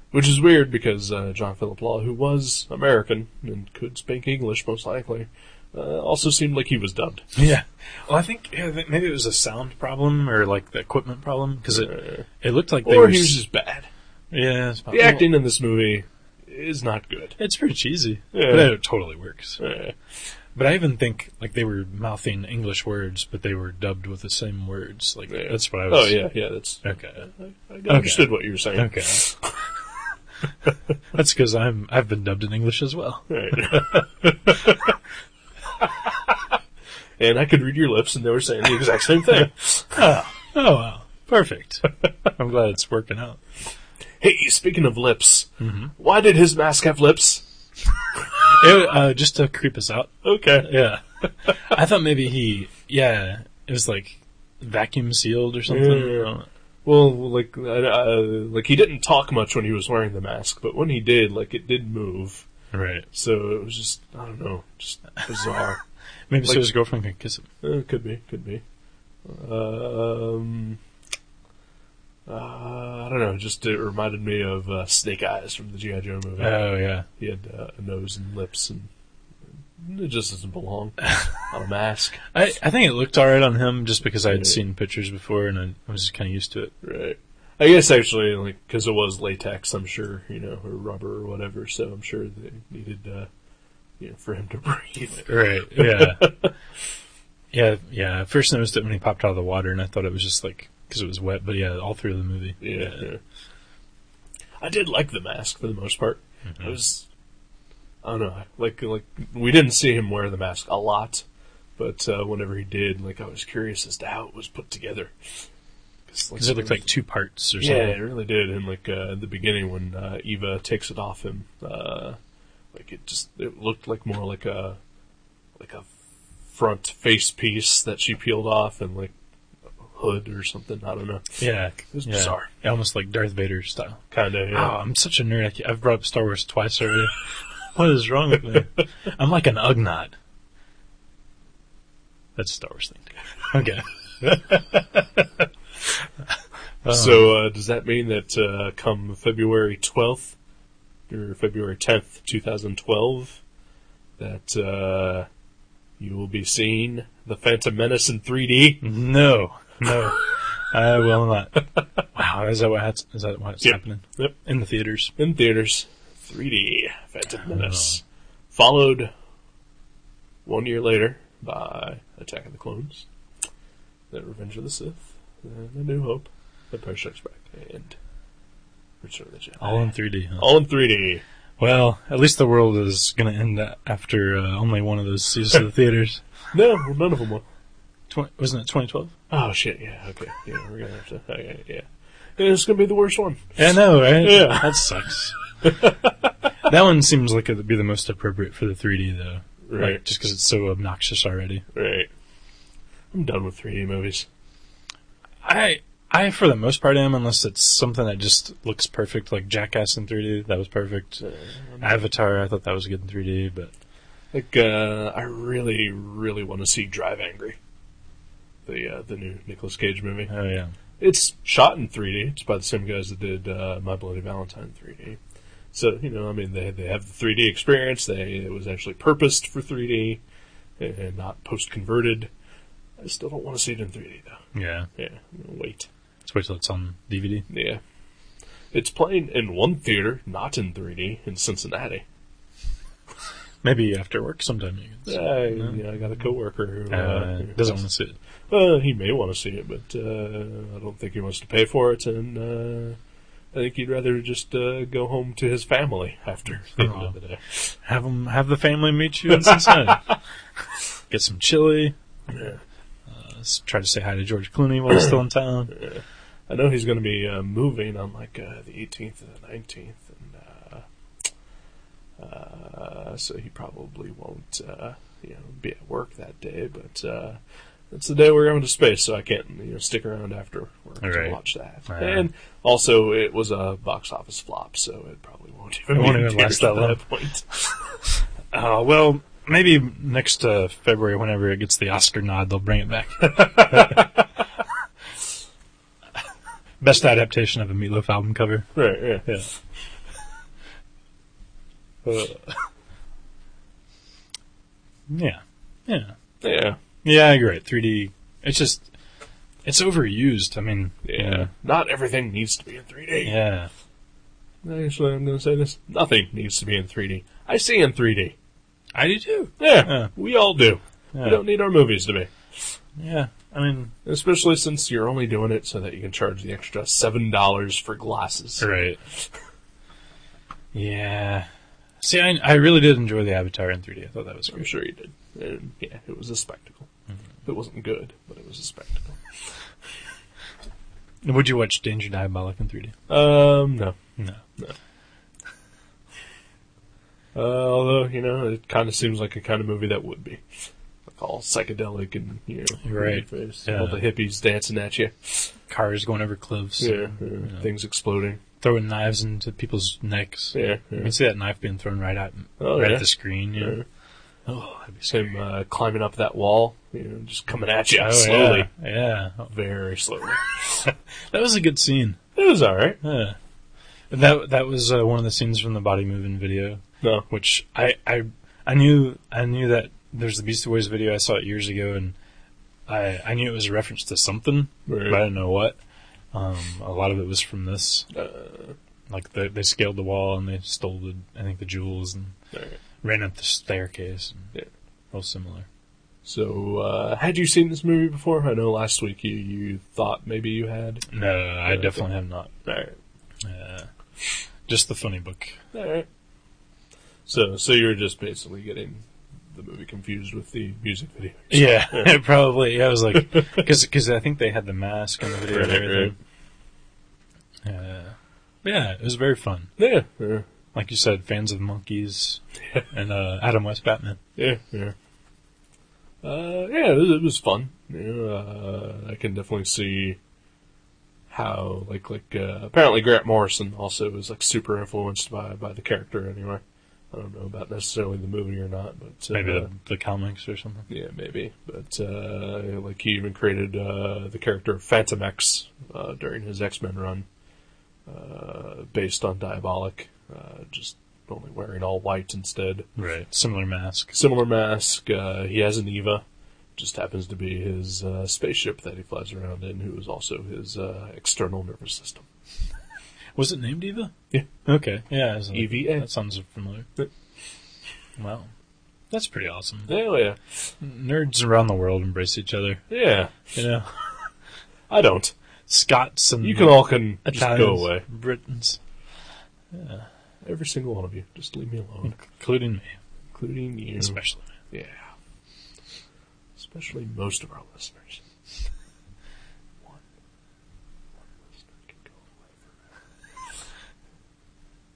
B: Which is weird because uh, John Philip Law, who was American and could speak English most likely, uh, also seemed like he was dubbed.
C: Yeah. Well, I think yeah, I think maybe it was a sound problem or like the equipment problem because it
B: Uh,
C: it looked like they
B: or
C: were
B: he was
C: s-
B: just bad.
C: yeah. It's
B: The acting in this movie is not good.
C: It's pretty cheesy,
B: Yeah.
C: but it totally works.
B: Uh,
C: But I even think like they were mouthing English words, but they were dubbed with the same words. Like
B: yeah.
C: that's what I
B: Oh
C: was.
B: yeah, yeah. That's
C: Okay.
B: I, I understood what you were saying.
C: Okay. *laughs* that's because I'm I've been dubbed in English as well.
B: Right. *laughs* and I could read your lips, and they were saying the exact same
C: *laughs*
B: thing.
C: Oh wow, perfect. *laughs* I'm glad it's working out.
B: hey, speaking of lips,
C: Mm-hmm.
B: why did his mask have lips?
C: It, uh, just to creep us out.
B: Okay.
C: Yeah. I thought maybe he, yeah, it was like vacuum sealed or something.
B: Yeah. Well, like, I, I, like he didn't talk much when he was wearing the mask, but when he did, like, it did move.
C: Right.
B: So it was just, I don't know, just bizarre.
C: Maybe so
B: Like-
C: his girlfriend could kiss him.
B: Uh, could be, could be. Um, uh, I don't know. Just it reminded me of uh, Snake Eyes from the GI Joe movie.
C: Oh, yeah.
B: he had uh, a nose and lips, and it just doesn't belong on a mask.
C: I, I think it looked alright on him just because I had
B: Yeah.
C: seen pictures before and I, I was just kind of used to it.
B: Right. I guess actually, like, because it was latex, I'm sure, you know, or rubber or whatever, so I'm sure they needed, uh, you know, for him to *laughs* breathe.
C: Right. *laughs* Yeah.
B: *laughs*
C: yeah. Yeah. I first noticed it when he popped out of the water and I thought it was just like, because it was wet, but yeah, all through the movie.
B: Yeah. I did like the mask for the most part.
C: Mm-hmm.
B: I was, I don't know, like, like, we didn't see him wear the mask a lot, but, uh, whenever he did, like, I was curious as to how it was put together. 'Cause It's
C: Because it looked like two parts or
B: yeah, it
C: something.
B: really did. And like uh, at the beginning when uh, Eva takes it off him, uh, like it just it looked like more like a like a front face piece that she peeled off and like a hood or something. I don't know.
C: Yeah.
B: was
C: yeah.
B: bizarre.
C: Almost like Darth Vader style.
B: Kind of.
C: Wow,
B: Yeah.
C: I'm such a nerd. I ca- I've brought up Star Wars twice already. *laughs* what is wrong with me?
B: *laughs*
C: I'm like an Ugnaught. That's a Star Wars thing. *laughs* Too. Okay.
B: so uh, does that mean that uh, come February twelfth or February tenth, two thousand twelve, that uh, you will be seeing the Phantom Menace in three D?
C: No, no, I will not. Wow, is that what hats, is that what's
B: Yep.
C: happening
B: Yep.
C: in the theaters?
B: in theaters. 3D
C: Ah.
B: Phantom Menace, followed one year later by Attack of the Clones, then Revenge of the Sith, then A New Hope, Empire Strikes Back, and Return of the Jedi.
C: All in 3D. Huh?
B: All in 3D.
C: Well, at least the world is going to end a- after uh, only one of those
B: *laughs*
C: seasons of the theaters.
B: No, none of them will.
C: Twen- wasn't it 2012?
B: Oh shit! Yeah, okay. Yeah, we're gonna have to. Okay, yeah. Yeah, It's gonna be the worst one.
C: Yeah, I know, right?
B: Yeah.
C: that sucks. that one seems like it would be the most appropriate for the 3D though,
B: Right.
C: Like, just because it's so obnoxious already.
B: Right. I'm done with 3D movies.
C: I I for the most part am, unless it's something that just looks perfect, like Jackass in 3D. That was perfect. Avatar, I thought that was good in 3D, but
B: Like, uh, I really, really want to see Drive Angry, the uh, the new Nicolas Cage movie.
C: oh yeah,
B: It's shot in 3D. It's by the same guys that did uh, My Bloody Valentine 3D. So you know, I mean, they they have the 3D experience. They it was actually purposed for 3D and not post converted. I still don't want to see it in 3D though.
C: yeah.
B: Yeah, I'm gonna wait.
C: Let's wait till it's on DVD.
B: Yeah, it's playing in one theater, not in 3D, in Cincinnati.
C: Maybe after work sometime. You can see
B: Yeah,
C: it.
B: I, yeah, I got a coworker who
C: Uh, doesn't want to see it.
B: Uh, he may want to see it, but uh, I don't think he wants to pay for it, and uh, I think he'd rather just uh, go home to his family after the end of the day.
C: Have them, have the family meet you in Cincinnati. Get some chili.
B: Yeah.
C: Uh, s- try to say hi to George Clooney while he's still in town.
B: I know he's going to be uh, moving on like uh, the 18th and the 19th, and uh, uh, so he probably won't, uh, you know, be at work that day. But uh, that's the day we're going to space, so I can't, you know, stick around after work
C: All
B: to
C: right.
B: watch that.
C: Yeah.
B: And also, it was a box office flop, so it probably won't even,
C: It won't
B: be in
C: even last
B: theaters at
C: that
B: that point. *laughs*
C: Uh, well, maybe next uh, February, whenever it gets the Oscar nod, they'll bring it back. *laughs* Best adaptation of a Meatloaf album cover.
B: right? Yeah.
C: Yeah. Yeah. Yeah. Uh,
B: yeah.
C: Yeah, I agree. 3D. It's just, it's overused. I mean,
B: Yeah.
C: you know,
B: Not everything needs to be in 3D.
C: yeah.
B: Actually, I'm going to say this. Nothing needs to be in 3D. I see in 3D.
C: I do too.
B: Yeah,
C: Yeah.
B: we all do.
C: Yeah.
B: We don't need our movies to be.
C: yeah. I mean,
B: Especially since you're only doing it so that you can charge the extra $7 for glasses.
C: right. yeah. See, I, I really did enjoy the Avatar in 3D. I thought that was
B: I'm
C: great.
B: sure you did. And yeah, it was a spectacle.
C: Mm-hmm.
B: It wasn't good, but it was a spectacle.
C: Would you watch Danger Diabolic in 3D?
B: Um, no.
C: No.
B: Uh, although, you know, it kind of seems like a kind of movie that would be. Like all psychedelic and, you know,
C: Right.
B: face.
C: Yeah.
B: all the hippies dancing at you.
C: Cars going over cliffs.
B: Yeah, yeah,
C: Yeah.
B: things exploding.
C: Throwing knives into people's necks.
B: Yeah, yeah.
C: You can see that knife being thrown right at
B: Oh,
C: right
B: yeah.
C: at the screen. Yeah.
B: Yeah.
C: Oh, that'd be scary.
B: Him uh, climbing up that wall, you know, just coming at you
C: Oh,
B: slowly.
C: Yeah. yeah. Oh,
B: Very slowly.
C: That was a good scene.
B: It was alright.
C: Yeah. And that that was uh, one of the scenes from the body moving video,
B: No.
C: which I, I I knew I knew that there's the Beastie Boys video I saw it years ago, and I I knew it was a reference to something,
B: Right.
C: but I didn't know what. Um, a lot of it was from this,
B: Uh.
C: like the, they scaled the wall and they stole the I think the jewels and
B: Alright.
C: ran up the staircase. And
B: Yeah.
C: Real similar.
B: So, uh, had you seen this movie before? I know last week you, you thought maybe you had.
C: No, I
B: okay.
C: definitely have not.
B: Alright.
C: Uh,
B: *laughs*
C: just the funny book.
B: Alright. So, so you were just basically getting the movie confused with the music video.
C: Yeah, it *laughs* probably. Yeah, I
B: *laughs*
C: was like, because I think they had the mask and the video and
B: Right,
C: everything. Uh, but yeah, it was very fun.
B: Yeah, yeah,
C: Like you said, fans of the *laughs* monkeys and uh, Adam West Batman.
B: yeah, yeah. Uh, yeah, it was, it was fun. You know, uh, I can definitely see how, like, like uh, apparently Grant Morrison also was like super influenced by by the character. Anyway, I don't know about necessarily the movie or not, but uh,
C: Maybe the, the comics or something.
B: Yeah, maybe. But uh, like he even created uh, the character Phantom X uh, during his X Men run, uh, based on Diabolic, uh, just only wearing all white instead.
C: Right. Similar masks.
B: Similar mask. Uh, he has an Eva, just happens to be his uh, spaceship that he flies around in, who is also his uh, external nervous system.
C: Was it named Eva? E
B: Yeah.
C: Okay. Yeah. I was like,
B: EVA.
C: That sounds familiar.
B: Yeah.
C: Wow. That's pretty awesome.
B: Hell yeah,
C: Nerds around the world embrace each other.
B: yeah.
C: You know,
B: I don't.
C: *laughs* Scots and
B: You can all can just
C: Mhm. Italians,
B: go away.
C: Britons,
B: Every single one of you, just leave me alone,
C: including me,
B: including you.
C: Hmm. especially.
B: Yeah. Especially most of our listeners. One, one listener can go away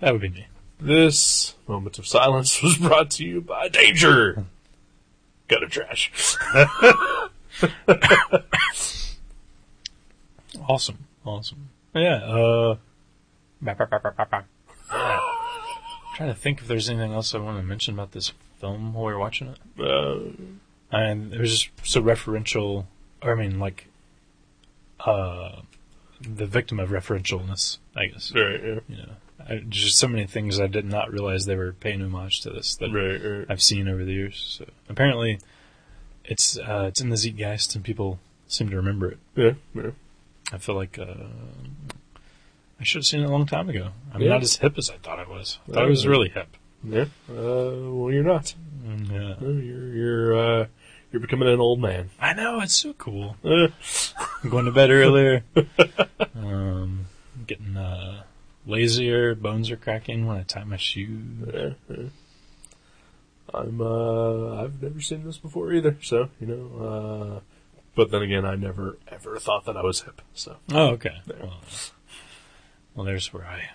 C: That would be me.
B: forever. This moment of silence *laughs* was brought to you by
C: Hmm.
B: Danger! Gotta trash.
C: Awesome. Awesome. Yeah. Uh, bah, bah, bah, bah, bah, bah. Yeah. I'm trying to think if there's anything else I want to mention about this film while we were watching it.
B: Uh,
C: And it was just so referential, or I mean, like, uh, the victim of referentialness, I guess.
B: right, yeah.
C: You know, I, just so many things I did not realize they were paying homage to this that
B: Right, right.
C: I've seen over the years. So apparently, it's uh, it's in the Zeitgeist, and people seem to remember it.
B: Yeah, yeah.
C: I feel like uh, I should have seen it a long time ago. I'm
B: Yeah.
C: not as hip as I thought I was. I thought I
B: Yeah.
C: was really hip.
B: yeah. Uh, well, you're not.
C: Mm, Yeah.
B: No, you're, you're, uh, you're becoming an old man.
C: I know it's so cool.
B: Uh,
C: I'm going to bed earlier. *laughs* um, getting uh, lazier. Bones are cracking when I tie my shoe.
B: yeah, yeah. I'm, uh, I've never seen this before either, so, you know, uh, but then again, I never ever thought that I was hip, so.
C: Oh, okay. Well, well, there's where I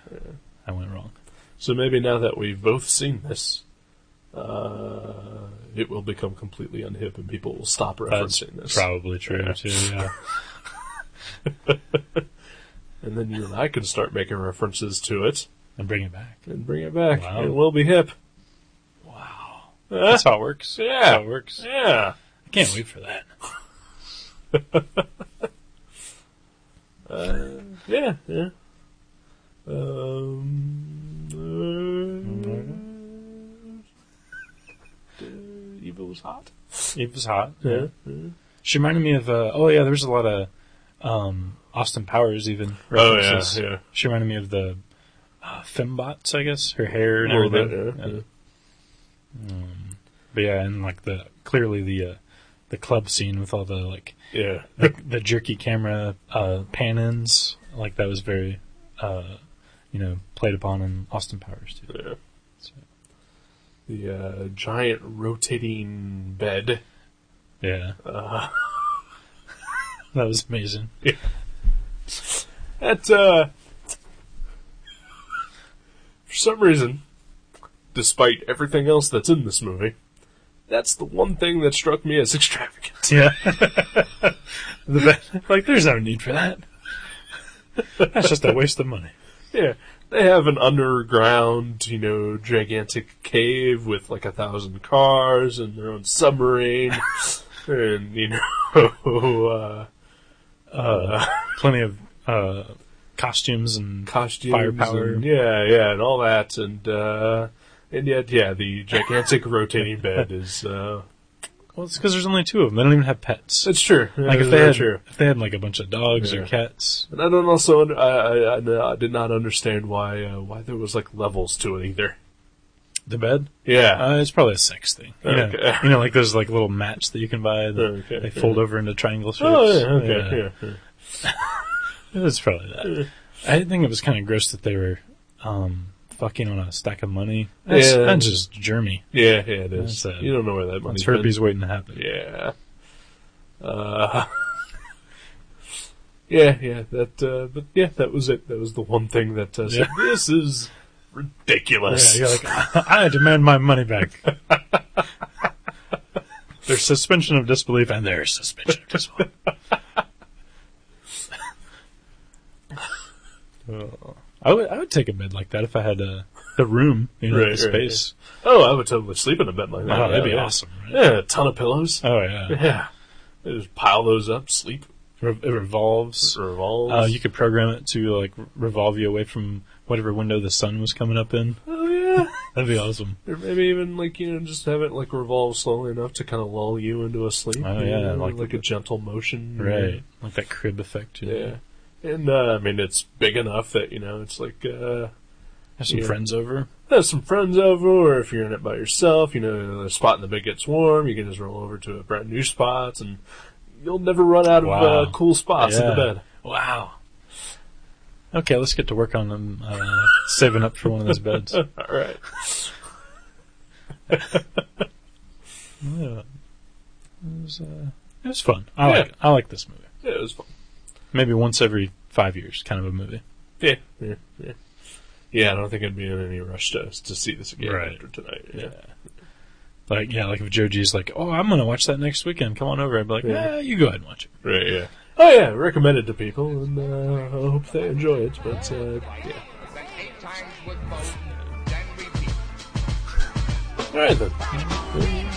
C: I went wrong.
B: So maybe now that we've both seen this, uh, it will become completely unhip and people will stop
C: That's
B: referencing this.
C: probably true
B: Yeah.
C: too. Yeah. *laughs*
B: and then you and I can start making references to it
C: and bring it back.
B: and bring it back.
C: Wow.
B: It will be hip. Wow.
C: That's how it *laughs* works.
B: Yeah.
C: That's how it works.
B: yeah.
C: I can't wait for that.
B: Yeah. Yeah. *laughs* Um, uh, Eva was hot.
C: It was hot.
B: yeah.
C: She reminded me of, uh, oh yeah, there was a lot of, um, Austin Powers even.
B: Oh, yeah,
C: references.
B: yeah.
C: She reminded me of the, uh, fembots, I guess, her hair and
B: A little bit,
C: everything.
B: yeah, yeah.
C: Um, but yeah, and like the, clearly the, uh, the club scene with all the, like,
B: Yeah.
C: the,
B: *laughs*
C: the jerky camera, uh, pan ins, like that was very, uh, you know, played upon in Austin Powers too.
B: Yeah.
C: So,
B: The uh, giant rotating bed.
C: yeah.
B: Uh.
C: *laughs* that was amazing.
B: That, uh. For some reason, despite everything else that's in this movie, that's the one thing that struck me as extravagant.
C: Yeah. *laughs* the ba- like, there's no need for that. That's just a waste of money.
B: Yeah. They have an underground, you know, gigantic cave with like a thousand cars and their own
C: *laughs*
B: submarine. and, you know, *laughs* uh,
C: Plenty of uh, costumes and
B: costumes.
C: Firepower.
B: and- yeah, yeah, and all that. And, uh, and yet, yeah, the
C: *laughs*
B: gigantic rotating bed is, uh,
C: well, it's because there's only two of them. They don't even have pets.
B: it's true.
C: Like if
B: It's
C: they
B: very
C: had,
B: true.
C: if they had like a bunch of dogs or
B: Yeah.
C: cats.
B: And I don't also under- I, I- I, I did not understand why uh, why there was like levels to it either.
C: The bed.
B: Yeah,
C: Uh, it's probably a sex thing. You know,
B: Okay.
C: you know, like those like little mats that you can buy. That
B: Okay.
C: They fold over into triangle shapes.
B: oh yeah, okay, yeah. yeah.
C: It's probably that. I think it was kind of gross that they were um, fucking on a stack of money. That's,
B: Yeah.
C: that's just germy.
B: Yeah, yeah, it is.
C: That's, uh,
B: you don't know where that
C: That's
B: money's been.
C: herpes waiting to happen.
B: Yeah. Uh, *laughs* yeah, yeah. That, uh, but yeah, that was it. That was the one thing that uh, said, this is ridiculous.
C: Yeah, you're like, *laughs* I demand my money back. *laughs* There's suspension of disbelief, and there's suspension of *laughs* disbelief. Oh. I would I would take a bed like that if I had uh, the room, you know,
B: Right,
C: the
B: right,
C: space.
B: oh, I would totally sleep in a bed like that.
C: Oh, that'd be
B: Yeah, yeah.
C: awesome. Right?
B: Yeah, a ton of pillows.
C: Oh yeah,
B: Yeah. They just pile those up, sleep,
C: Re- it revolves.
B: revolves.
C: Uh, you could program it to like revolve you away from whatever window the sun was coming up in.
B: oh, yeah.
C: That'd be awesome.
B: Or maybe even, like, you know, just have it, like, revolve slowly enough to kind of lull you into a sleep.
C: Oh,
B: you
C: yeah,
B: know,
C: like
B: like,
C: the-
B: a gentle motion.
C: Right, like that crib effect. you know?
B: Yeah. And, uh, I mean, it's big enough that, you know, it's like, uh,
C: have some
B: Yeah.
C: friends over.
B: have some friends over, or if you're in it by yourself, you know, the spot in the bed gets warm, you can just roll over to a brand new spot, and you'll never run out
C: Wow.
B: of uh, cool spots in the
C: Yeah.
B: bed.
C: Wow. Okay, let's get to work on um, uh, saving up for one of those *laughs* beds.
B: All right.
C: Yeah. It was, uh, it was fun. I
B: Yeah.
C: like I like this movie.
B: Yeah, it was fun.
C: Maybe once every five years, kind of a movie.
B: Yeah, yeah, yeah. Yeah, I don't think I'd be in any rush to, to see this again
C: Right.
B: after tonight. Yeah.
C: Like yeah, like if Joji's like, oh, I'm gonna watch that next weekend. Come on over. I'd be like, yeah,
B: Yeah.
C: you go ahead and watch it.
B: Right, yeah. Oh, yeah, recommend it to people, and uh, I hope they enjoy it, but, uh, yeah.
D: Then eight times with both, then repeat.
B: All right, then. Yeah,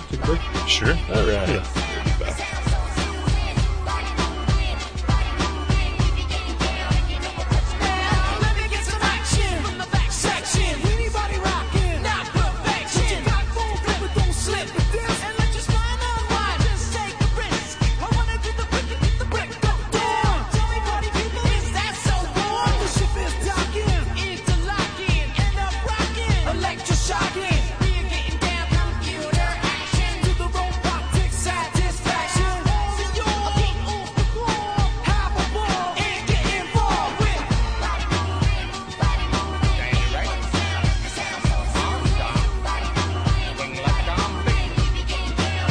B: Take a break.
C: Sure.
B: All right.
E: Let me get some action from the back section. Anybody rockin'? Not perfection. What you got going, baby, don't slip with this. And let your spine unwind. Just take a risk. I wanna do the brick and get the brick go down. Tell me, party people, is that so wrong? The ship is docking, interlocking, end up rocking, electroshocking. We are getting down, computer action to the robotic satisfaction. See you keep off the wall, have a ball, and get involved with.
D: Ain't right. Arms down. Swing left arm big. Swing with the right.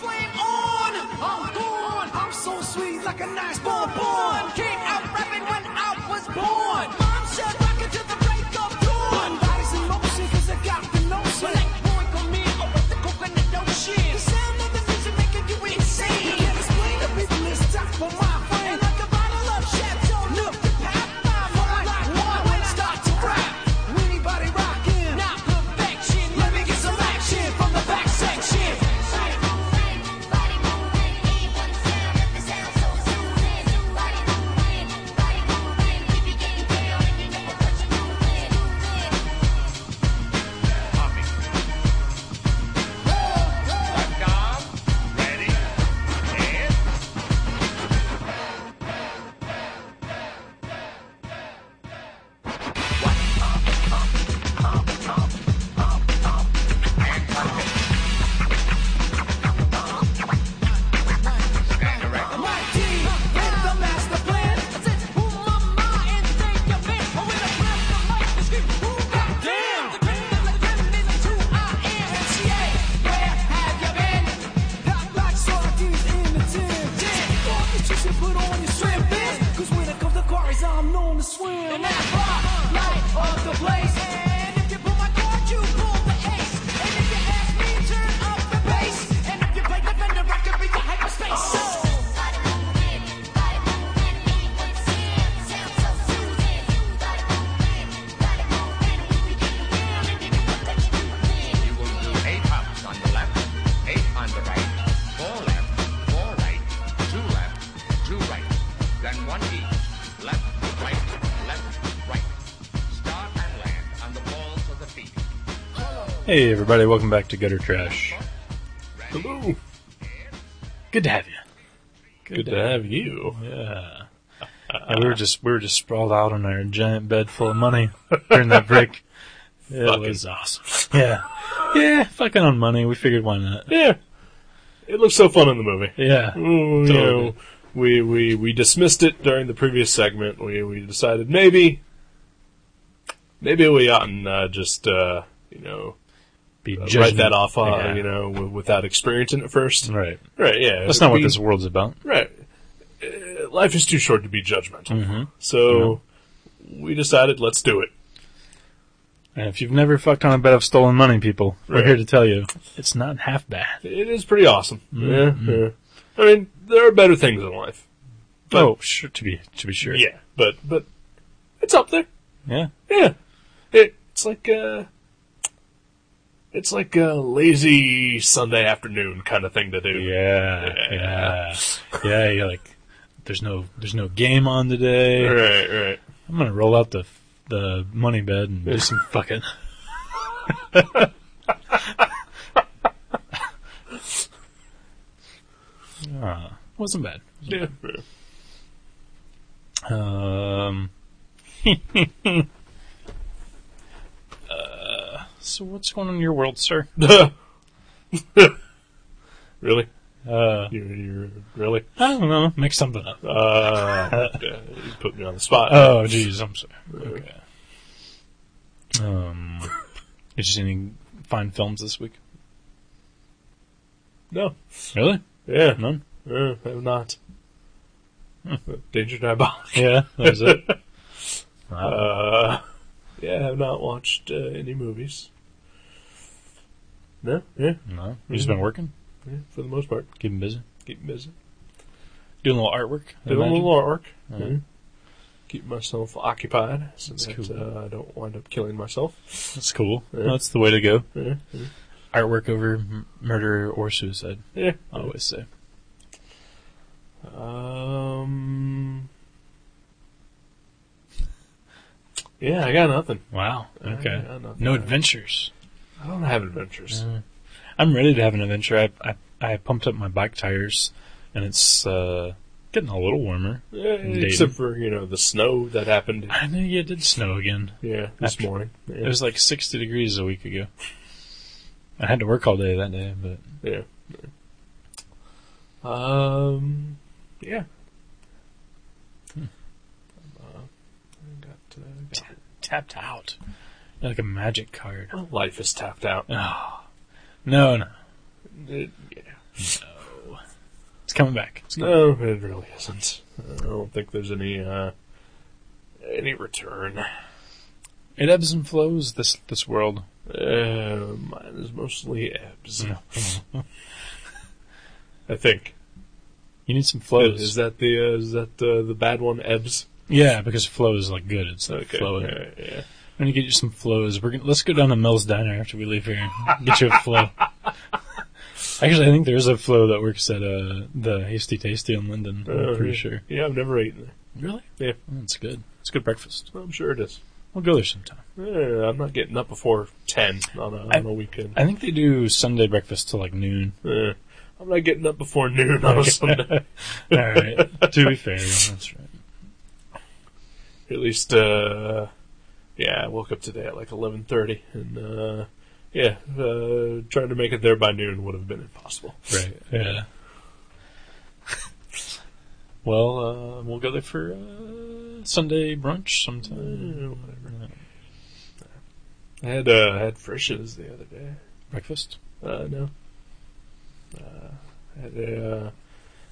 E: Flame on! I'm gone! I'm so sweet like a nice bonbon! Came out rapping when I was born! Mom said rock it to the break of dawn! Body's in motion cause I got the notion! When that boy come in, I want the coconut ocean! The sound of the music making you insane! You can't explain the people this top for my friend! And like a bottle of Chateau, look the path I run like one when I start to rap! Anybody rockin'? Not perfection! Let me get some action from the back section!
D: Left arm. Ready. And.
E: Put on your swim fins, cause when it comes to quarries, I'm known to swim. And that rock, light of the place. And if you pull my card, you pull the ace. And if you ask me, turn up the bass. And if you play the fender, I can be the hyperspace. So.
D: You will do eight hops on the left, eight on the right, four left, four right, two left, two right, then one each, left, right, left, right. Start and land on the balls of the feet.
C: Hey everybody, welcome back to Gutter Trash.
B: Hello.
C: Good to have you.
B: Good to have you.
C: Yeah. Yeah,
B: *laughs*
C: we were just we were just sprawled out on our giant bed full of money during that
B: *laughs*
C: break. It
B: Fucking
C: was awesome. Yeah. Yeah, fucking on money. We figured why not.
B: Yeah. It looks so fun in the movie.
C: Yeah.
B: Ooh, you
C: Totally.
B: know, we, we, we dismissed it during the previous segment. We, we decided maybe Maybe we oughtn't uh, just uh, you know
C: Be
B: uh, write
C: judging-
B: that off, uh,
C: Yeah.
B: you know, w- without experiencing it first.
C: Right.
B: Right, yeah.
C: That's not what
B: We-
C: this world's about.
B: Right. Uh, life is too short to be judgmental.
C: Mm-hmm.
B: So we decided let's do it.
C: And if you've never fucked on a bed of stolen money, people, we're
B: Right.
C: here to tell you it's not half bad.
B: It is pretty awesome.
C: Mm-hmm.
B: Yeah, yeah. I mean, there are better things in life. But-
C: oh, sure, to be to be sure.
B: Yeah, but but it's up there.
C: yeah.
B: Yeah. It, it's like uh it's like a lazy Sunday afternoon kind of thing to do.
C: Yeah, yeah, yeah. You're like, there's no, there's no game on today.
B: Right, right.
C: I'm gonna roll out the the money bed and do some fucking. *laughs* Ah, wasn't bad.
B: Yeah.
C: Um. uh, so what's going on in your world, sir?
B: really?
C: Uh,
B: You you really?
C: I don't know. Make something up.
B: Uh, yeah, you put me on the spot.
C: *laughs*
B: Uh,
C: Oh, jeez, I'm sorry. Okay. Um, did you see any fine films this week?
B: no.
C: Really?
B: Yeah.
C: None.
B: Uh, I have not.
C: Hmm.
B: Uh, Danger Diabolic.
C: Yeah, that was *laughs* it.
B: *laughs* Uh, yeah, I have not watched uh, any movies. No, yeah,
C: No, you just been working,
B: yeah, for the most part.
C: keeping busy,
B: Keep busy.
C: doing a little artwork. I
B: Doing a
C: imagine.
B: little artwork.
C: Yeah.
B: yeah. Keep myself occupied so
C: That's
B: that
C: cool.
B: uh, I don't wind up killing myself.
C: That's cool.
B: Yeah.
C: That's the way to go.
B: Yeah, yeah.
C: Artwork over m- murder or suicide.
B: yeah.
C: I always say.
B: Um. *laughs* Yeah, I got nothing.
C: Wow. Okay.
B: I- I know.
C: No Mm. adventures.
B: I don't have adventures.
C: I'm ready to have an adventure. I I, I pumped up my bike tires, and it's uh, getting a little warmer.
B: Yeah,
C: Indeed.
B: except for you know the snow that happened.
C: I think it did snow again.
B: Yeah, this
C: After-
B: morning.
C: It
B: Yeah.
C: was like 60 degrees a week ago. I had to work all day that day, but
B: yeah. Um. Yeah. Hmm. Uh, got, uh,
C: tapped out. Like a magic card.
B: got- life is tapped out.
C: Oh. No, no.
B: It, yeah.
C: It's coming back. It's coming
B: No, it really isn't. I don't think there's any uh, any return.
C: It ebbs and flows, this this world.
B: Uh, mine is mostly ebbs.
C: No.
B: Mm. *laughs* I think.
C: You need some
B: Is,
C: flows.
B: that the uh, is that uh, the bad one? Ebbs.
C: yeah, because flow is like good. It's like flowing.
B: all right, yeah.
C: I'm gonna get you some flows. We're gonna, let's go down to Mel's Diner after we leave here. and Get you a *laughs* flow. Actually, I think there's a flow that works at uh, the Hasty Tasty in London.
B: Uh,
C: I'm pretty
B: yeah.
C: sure.
B: Yeah, I've never eaten there.
C: Oh, Really?
B: Yeah,
C: That's good. It's good breakfast.
B: I'm sure it is.
C: We'll go there sometime.
B: Yeah, I'm not getting up before ten on a,
C: I-
B: on a weekend.
C: I think they do Sunday breakfast till like *laughs* noon.
B: Yeah. I'm not getting up before noon on a
C: *laughs*
B: Sunday.
C: All right. to be fair, that's right.
B: At least, uh, yeah, I woke up today at like 11:30, and uh, yeah, uh, trying to make it there by noon would have been impossible.
C: Right. Yeah. *laughs* well,
B: Um,
C: uh, we'll go there for uh, Sunday brunch sometime.
B: Yeah, eh, whatever. I had uh, I had frishes the other day.
C: Breakfast.
B: Uh, no. Uh, I had a, uh,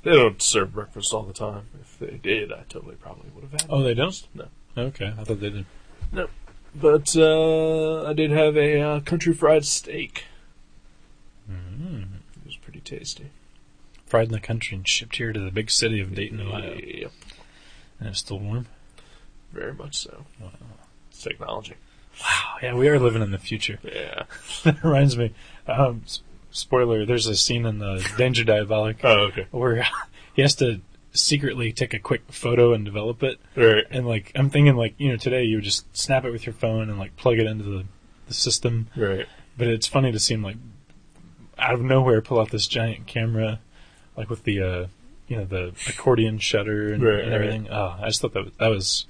B: they don't serve breakfast all the time. If they did, I totally probably would have had.
C: Oh,
B: it.
C: they don't.
B: No.
C: Okay, I thought they did.
B: But uh, I did have a uh, country fried steak. It was pretty tasty.
C: Fried in the country and shipped here to the big city of Dayton, Ohio,
B: Yep,
C: and it's still warm. *sighs*
B: very much so. It's technology.
C: Wow. Yeah, we are living in the future. *laughs*
B: Yeah.
C: that reminds me. Um, s- spoiler: There's a scene in the Danger Diabolic *laughs*
B: Oh, okay.
C: where he has to secretly take a quick photo and develop it.
B: Right.
C: And like I'm thinking like, you know, today you would just snap it with your phone and like plug it into the, the system.
B: Right.
C: But it's funny to see him like out of nowhere pull out this giant camera like with the uh you know, the accordion shutter and,
B: Right,
C: and everything. Oh, I just thought that was, that was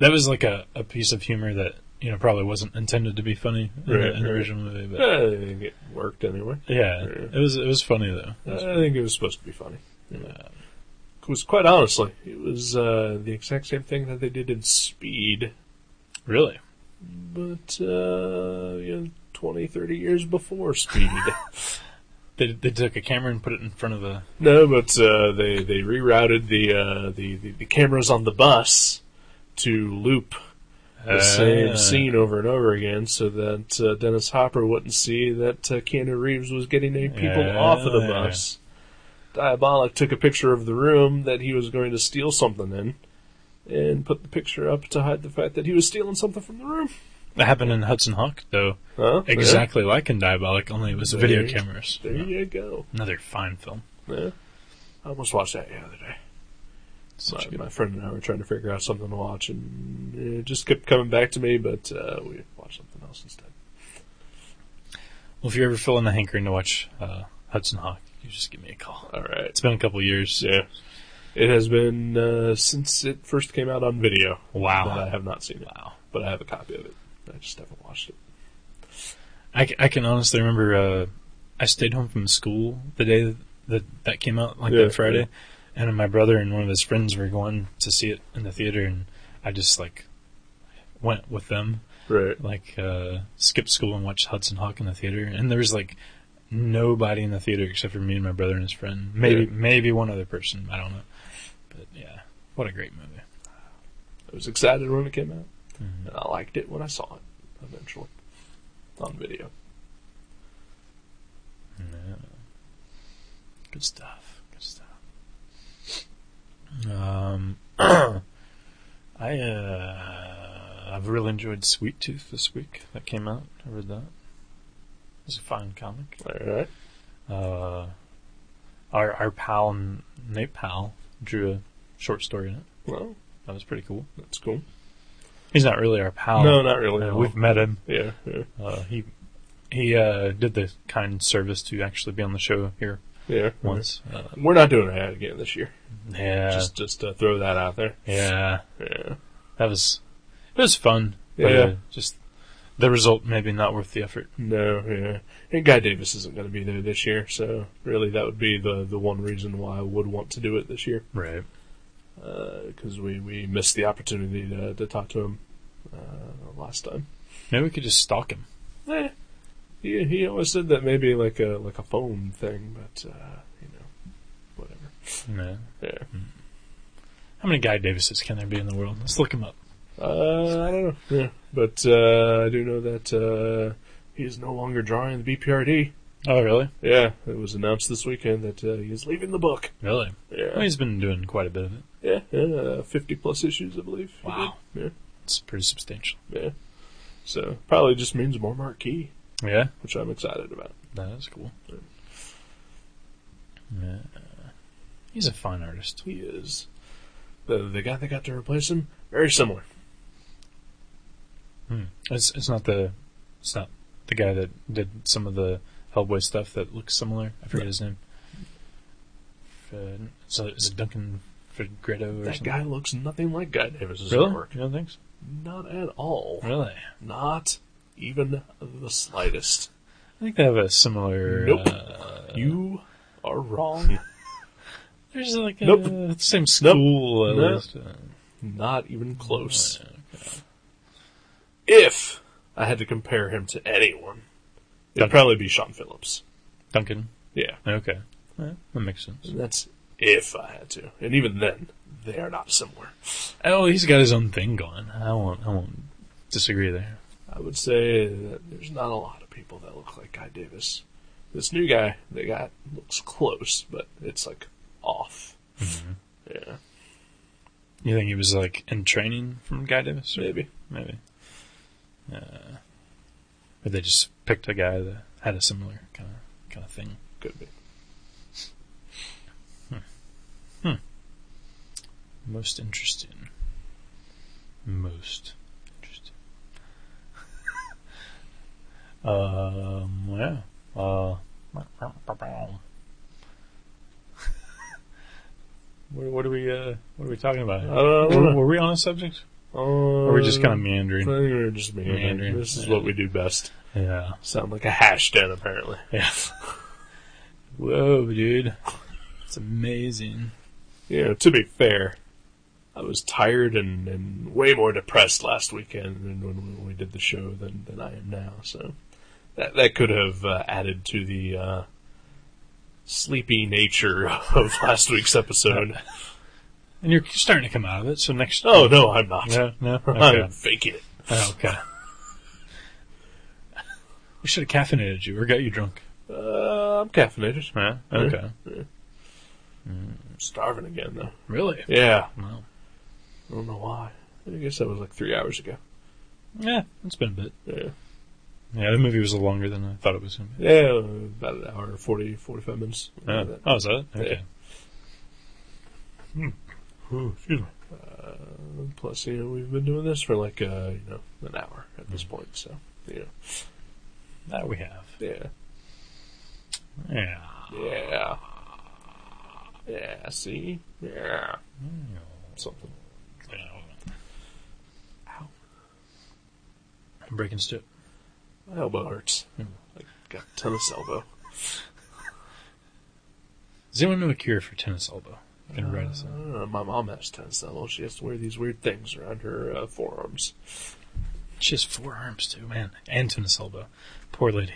C: that was like a, a piece of humor that, you know, probably wasn't intended to be funny in, the,
B: Right,
C: in the
B: right.
C: original movie, but
B: Yeah, I think *laughs* it worked anyway.
C: yeah,
B: Right.
C: it was it was funny though. It was-
B: I think it was supposed to be funny. Because quite honestly, it was uh, the exact same thing that they did in Speed.
C: really?
B: but uh, you know, 20, 30 years before Speed. *laughs*
C: They, they took a camera and put it in front of a.
B: no, but uh, they they rerouted the, uh, the the the cameras on the bus to loop the same
C: Uh,
B: scene over and over again, so that uh, Dennis Hopper wouldn't see that uh, Keanu Reeves was getting eight people
C: Yeah.
B: off of the bus. Diabolic took a picture of the room that he was going to steal something in, and put the picture up to hide the fact that he was stealing something from the room.
C: That happened in Hudson Hawk, though.
B: Huh? Yeah.
C: Exactly like in Diabolic, only it was
B: There
C: video
B: you-
C: cameras.
B: There you go.
C: Another fine film.
B: Yeah. I almost watched that the other day.
C: Such a
B: my,
C: good
B: my friend and I were trying to figure out something to watch, and it just kept coming back to me, but uh, we watched something else instead.
C: Well, if you're ever feeling a hankering to watch uh, Hudson Hawk, you just give me a call.
B: All right.
C: It's been a couple years.
B: Yeah. It has been uh, since it first came out on video that I
C: Wow.
B: have not seen it,
C: Wow.
B: but I have a copy of it. I just haven't watched it.
C: I, c- I can honestly remember uh, I stayed home from school the day that that came out, like
B: Yeah,
C: that Friday, and my brother and one of his friends were going to see it in the theater, and I just like went with them,
B: Right.
C: like uh, skipped school and watched Hudson Hawk in the theater, and there was like nobody in the theater except for me and my brother and his friend, maybe
B: Yeah.
C: maybe one other person, I don't know, but yeah, what a great movie.
B: I was excited when it came out,
C: Mm-hmm.
B: and I liked it when I saw it eventually on video.
C: Good stuff. Good stuff. Um, *clears throat* I uh, I've really enjoyed Sweet Tooth this week. That came out. I read that. It's a fine comic.
B: All right.
C: Uh, our our pal Nate Powell drew a short story in it.
B: Well,
C: That was pretty cool.
B: that's cool.
C: He's not really our pal.
B: No, not really.
C: Uh, we've met him.
B: yeah, yeah,
C: Uh, he he uh, did the kind service to actually be on the show here
B: yeah.
C: once. Uh,
B: We're not doing that again this year.
C: yeah,
B: Just just uh, throw that out there.
C: yeah.
B: Yeah.
C: That was it was fun. But,
B: Yeah.
C: uh, just the result maybe not worth the effort.
B: No, yeah. And Guy Davis isn't going to be there this year, so really that would be the the one reason why I would want to do it this year
C: Right.
B: because we we missed the opportunity to to talk to him uh, last time.
C: Maybe we could just stalk him.
B: Eh, he he always said that maybe like a like a phone thing, but uh, you know, whatever.
C: Yeah.
B: Yeah.
C: How many Guy Davises can there be in the world? Let's look him up.
B: Uh, I don't know. Yeah, but uh, I do know that uh, he is no longer drawing the BPRD.
C: Oh, really?
B: Yeah, it was announced this weekend that uh, he is leaving the book.
C: Really? Well,
B: Yeah,
C: he's been doing quite a bit of it.
B: yeah, yeah, uh, fifty plus issues, I believe. he
C: Wow.
B: did.
C: It's pretty substantial.
B: Yeah, yeah. So probably just means more marquee,
C: Yeah,
B: which I'm excited about.
C: that is cool. Yeah. He's a fine artist.
B: He is the the guy that got to replace him. Very similar.
C: It's it's not the it's not the guy that did some of the Hellboy stuff that looks similar. I forget his name. Fred, so is it Duncan Figretto or
B: That
C: something?
B: guy looks nothing like Guy Davis's
C: Really?
B: work.
C: You don't think so?
B: Not at all.
C: Really?
B: Not even the slightest.
C: I think they have a similar.
B: Nope.
C: uh,
B: you are
C: *laughs*
B: wrong.
C: there's like a
B: Nope.
C: same school at
B: Nope.
C: least. Uh,
B: Not even close. If I had to compare him to anyone, it'd
C: Duncan.
B: probably be Sean Phillips.
C: Duncan.
B: Yeah.
C: Okay. Yeah, that makes sense.
B: And that's if I had to. And even then, they are not similar.
C: Oh, he's got his own thing going. I won't. I won't disagree there.
B: I would say that there's not a lot of people that look like Guy Davis. This new guy they got looks close, but it's like off. Yeah,
C: You think he was like in training from Guy Davis? or-
B: maybe.
C: Maybe. Uh, or they just picked a guy that had a similar kind of kind of thing.
B: Could be.
C: Most interesting. Most interesting. *laughs* um, yeah. Uh, what, what are we? Uh, what are we talking about?
B: I don't know. Uh,
C: were, were we on a subject? Or
B: Or
C: were we just kind of meandering?
B: We're just meandering.
C: Meandering.
B: This is
C: Yeah.
B: what we do best.
C: Yeah.
B: Sound like a
C: *laughs*
B: hash den, apparently.
C: Yeah. Whoa, dude! It's amazing.
B: You know, to be fair, I was tired and, and way more depressed last weekend than when, when we did the show than, than I am now. So that that could have uh, added to the uh, sleepy nature *laughs* of last week's episode.
C: And you're starting to come out of it, so next.
B: oh no, I'm not.
C: No, no.
B: *laughs*
C: Okay.
B: I'm faking it.
C: Oh, okay. we should have caffeinated you or got you drunk.
B: Uh, I'm caffeinated.
C: Yeah.
B: okay.
C: Okay.
B: I'm starving again though.
C: Really?
B: Yeah,
C: Wow.
B: I don't know why. I guess that was like three hours ago.
C: Yeah, it's been a bit.
B: Yeah,
C: Yeah, the movie was longer than I thought it was going to be.
B: yeah about an hour, 40, 45 minutes.
C: Yeah. Oh, is that it? Okay. Hmm.
B: Ooh, excuse me. Uh, plus, you know, we've been doing this for like uh, you know an hour at
C: Mm-hmm.
B: this point, so you know,
C: That we have.
B: yeah,
C: Yeah.
B: yeah, yeah. See, yeah, something. Ow.
C: I'm breaking stiff.
B: My elbow hurts.
C: Hmm.
B: I got tennis elbow.
C: Does anyone know a cure for tennis elbow? You Can write us
B: I
C: in.
B: don't know, Uh, my mom has tennis elbow. She has to wear these weird things around her uh, forearms.
C: She has four arms too, man, and tennis elbow. Poor lady.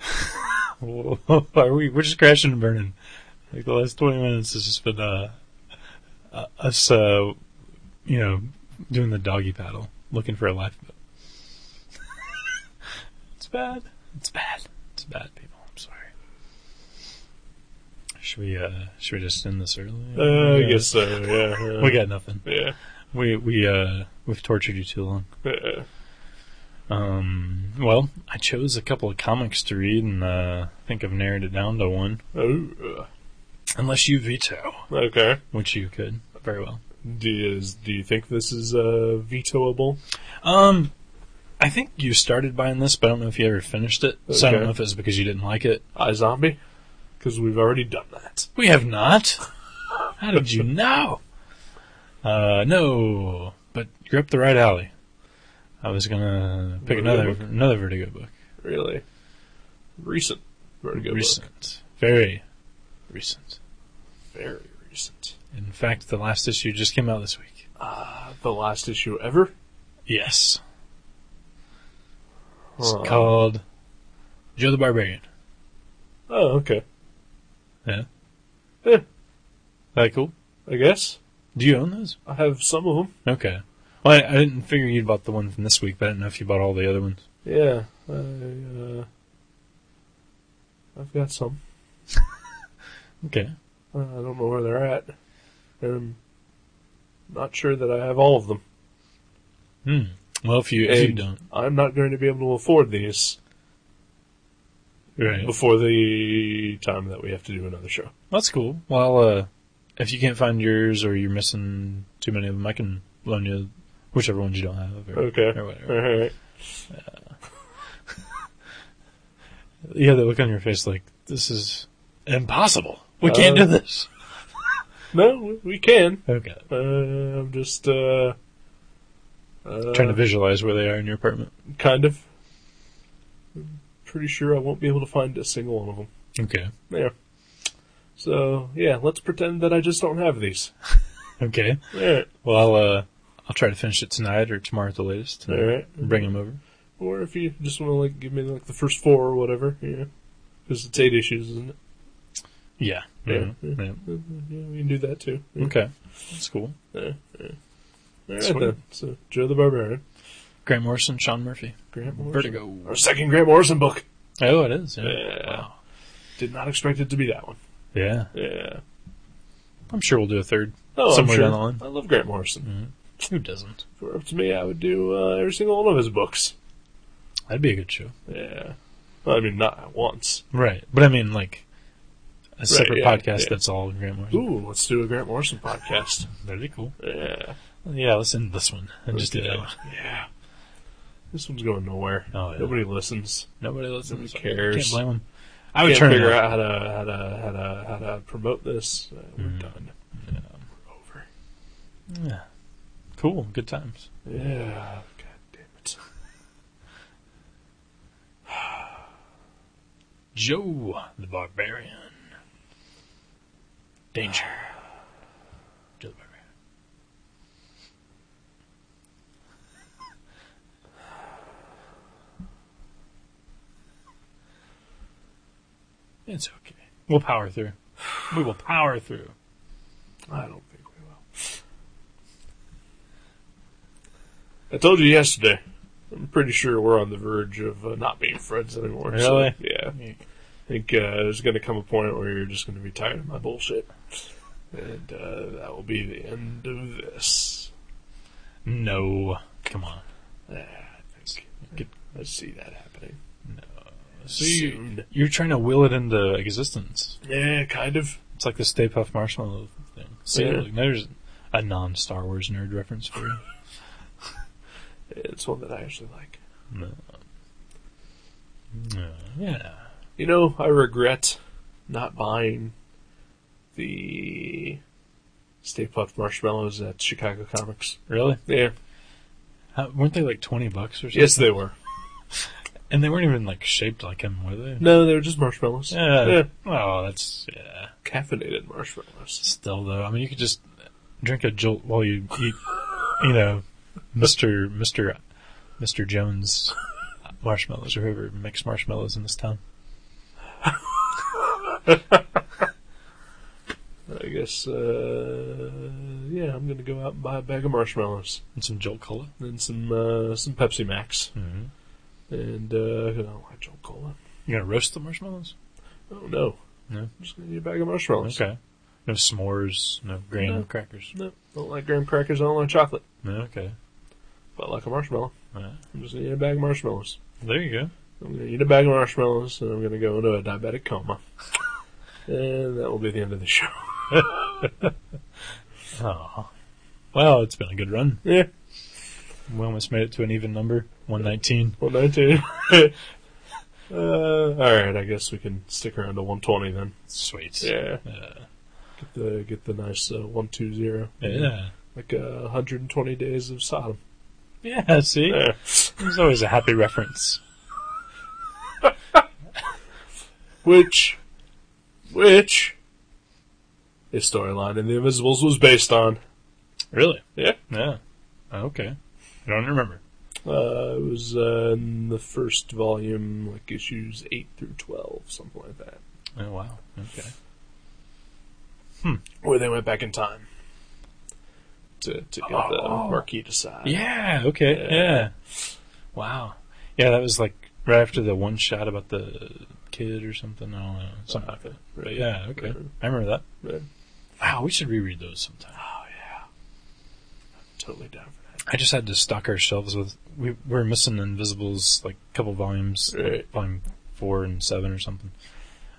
C: *laughs* Whoa, Are we? We're just crashing and burning. Like the last twenty minutes has just been uh, uh, us, uh, you know, doing the doggy paddle, looking for a lifeboat. *laughs* it's bad. It's bad. It's bad, people. I'm sorry. Should we? uh Should we just end this early?
B: Uh, I guess uh, so. Yeah,
C: we got nothing.
B: yeah.
C: We we uh we've tortured you too long.
B: yeah.
C: Um well, I chose a couple of comics to read and uh I think I've narrowed it down to one.
B: Oh,
C: Unless you veto,
B: uh, okay.
C: which you could very well.
B: Do you, do you think this is uh, vetoable?
C: Um I think you started buying this, but I don't know if you ever finished it. So I don't
B: Okay.
C: know if it's because you didn't like it.
B: I zombie? Because we've already done that.
C: We have not. How did
B: *laughs*
C: you know? Uh no, but you're up the right alley. I was gonna pick
B: Vertigo
C: another
B: book?
C: another Vertigo book.
B: Really, recent, very good,
C: recent, very recent.
B: book. very recent.
C: In fact, the last issue just came out this week.
B: The last issue ever.
C: Yes. It's
B: Huh.
C: called Joe the Barbarian.
B: Oh, okay.
C: Yeah.
B: Eh,
C: That cool?
B: I guess
C: Do you own those?
B: I have some of them.
C: Okay. Well, I, I didn't figure you'd bought the one from this week, but I didn't know if you bought all the other ones.
B: Yeah, I, uh, I've got some.
C: Okay.
B: Uh, I don't know where they're at. I'm not sure that I have all of them.
C: Hmm. Well, if you if you
B: And
C: don't,
B: I'm not going to be able to afford these
C: right?
B: before the time that we have to do another show.
C: That's cool. Well, uh, if you can't find yours or you're missing too many of them, I can loan you whichever ones you don't have. Or,
B: Okay.
C: Or whatever.
B: All right.
C: Yeah, the look on your face like, this is impossible. We can't
B: Uh,
C: do this.
B: No, we- we can.
C: Okay.
B: Uh, I'm just uh, uh,
C: Trying to visualize where they are in your apartment.
B: kind of. I'm pretty sure I won't be able to find a single one of them.
C: Okay.
B: There. So yeah, let's pretend that I just don't have these.
C: Okay.
B: All right.
C: Well, I'll, uh, I'll try to finish it tonight or tomorrow at the latest.
B: All right.
C: Bring them over.
B: Or if you just want to like give me like the first four or whatever, yeah. Because it's eight issues, isn't it?
C: Yeah.
B: Yeah.
C: Yeah. yeah.
B: Uh, Yeah, we can do that too. Yeah.
C: Okay. That's cool.
B: All right,
C: Sweet.
B: then. So Joe the Barbarian,
C: Grant Morrison, Sean Murphy.
B: Grant Morrison,
C: Vertigo.
B: our second Grant Morrison book.
C: Oh, it is. Yeah.
B: Yeah.
C: Wow.
B: Did not expect it to be that one.
C: Yeah.
B: Yeah.
C: I'm sure we'll do a third.
B: Oh, I'm
C: Somewhere
B: sure.
C: down the line. Mm.
B: I love Grant Morrison.
C: Who doesn't?
B: If it were up to me, I would do uh, every single one of his books.
C: That'd be a good show.
B: Yeah. Well, I mean, not at once.
C: Right. But I mean, like, a separate
B: yeah,
C: podcast
B: yeah.
C: that's all Grant Morrison.
B: Ooh, let's do a Grant Morrison podcast.
C: That'd be cool.
B: yeah.
C: Yeah, let's end this one and just do that one.
B: Yeah. This one's going nowhere.
C: Oh, yeah.
B: Nobody listens.
C: Nobody listens.
B: Nobody cares.
C: Can't blame them. I would
B: Can't
C: turn it
B: figure
C: off.
B: out how to how to how to how to promote this. Uh, we're
C: Mm-hmm.
B: done.
C: Yeah. Cool. Good times.
B: Yeah. God damn it.
C: Joe the Barbarian. Danger. to the barbarian. It's okay. We'll power through. We will power through.
B: I don't think we will. I told you yesterday. I'm pretty sure we're on the verge of uh, not being friends anymore. so,
C: Really?
B: yeah. I think uh, there's going to come a point where you're just going to be tired of my bullshit. And uh, that will be the end of this.
C: No. Come on.
B: Yeah, I think I see that happening.
C: See,
B: Soon.
C: you're trying to will it into existence.
B: Yeah, kind of.
C: It's like the Stay Puft Marshmallow thing. See,
B: Yeah.
C: look, there's a non Star Wars nerd reference for you.
B: It's one that I actually like.
C: No. No. Yeah.
B: You know, I regret not buying the Stay Puft marshmallows at Chicago Comics.
C: Really?
B: Yeah.
C: How, weren't they like 20 bucks or something?
B: Yes, they were.
C: And they weren't even like shaped like him, were they?
B: No, they were just marshmallows.
C: Yeah.
B: Yeah.
C: Oh, that's yeah.
B: Caffeinated marshmallows.
C: Still though, I mean, you could just drink a jolt while you eat, you know, Mister Mister Mister Jones marshmallows or whoever makes marshmallows in this town.
B: I guess, uh, yeah, I'm gonna go out and buy a bag of marshmallows.
C: And some Jolt Cola.
B: And some, uh, some Pepsi Max.
C: Mm-hmm.
B: And, uh, I don't like Jolt Cola.
C: You're gonna roast the marshmallows.
B: Oh, no.
C: No.
B: I'm just gonna eat a bag of marshmallows.
C: Okay. No s'mores. No graham
B: No.
C: crackers.
B: No, don't like graham crackers, I don't like chocolate.
C: No. Okay.
B: But I like a marshmallow.
C: Alright.
B: I'm just gonna eat a bag of marshmallows.
C: There you go.
B: I'm gonna eat a bag of marshmallows and I'm gonna go into a diabetic coma. and that will be the end of the show.
C: Oh. Well, it's been a good run.
B: Yeah,
C: We almost made it to an even number, one nineteen.
B: 119. *laughs* uh, alright, I guess we can stick around to 120 then.
C: Sweet.
B: Yeah.
C: Uh,
B: Get the, get the nice uh, 120.
C: yeah.
B: Like uh, 120 days of Sodom.
C: Yeah. See.
B: Yeah.
C: There's always a happy reference.
B: Which, which, his storyline in The Invisibles was based on.
C: Really?
B: Yeah.
C: Yeah. Ah, Okay. I don't remember.
B: Uh, it was uh, in the first volume, like issues 8 through 12, something like that.
C: Oh wow. Okay.
B: Where they went back in time to, to get the marquee to sign.
C: Oh, Yeah. Okay. Yeah.
B: Yeah.
C: Wow. Yeah, that was like right after the one shot about the kid or something. I don't know. Something like that. But yeah. Okay. I remember that.
B: Right.
C: Wow. We should reread those sometime.
B: Totally down for
C: I just had to stock our shelves with. We we're missing Invisibles like a couple volumes, like,
B: Right.
C: volume four and seven or something.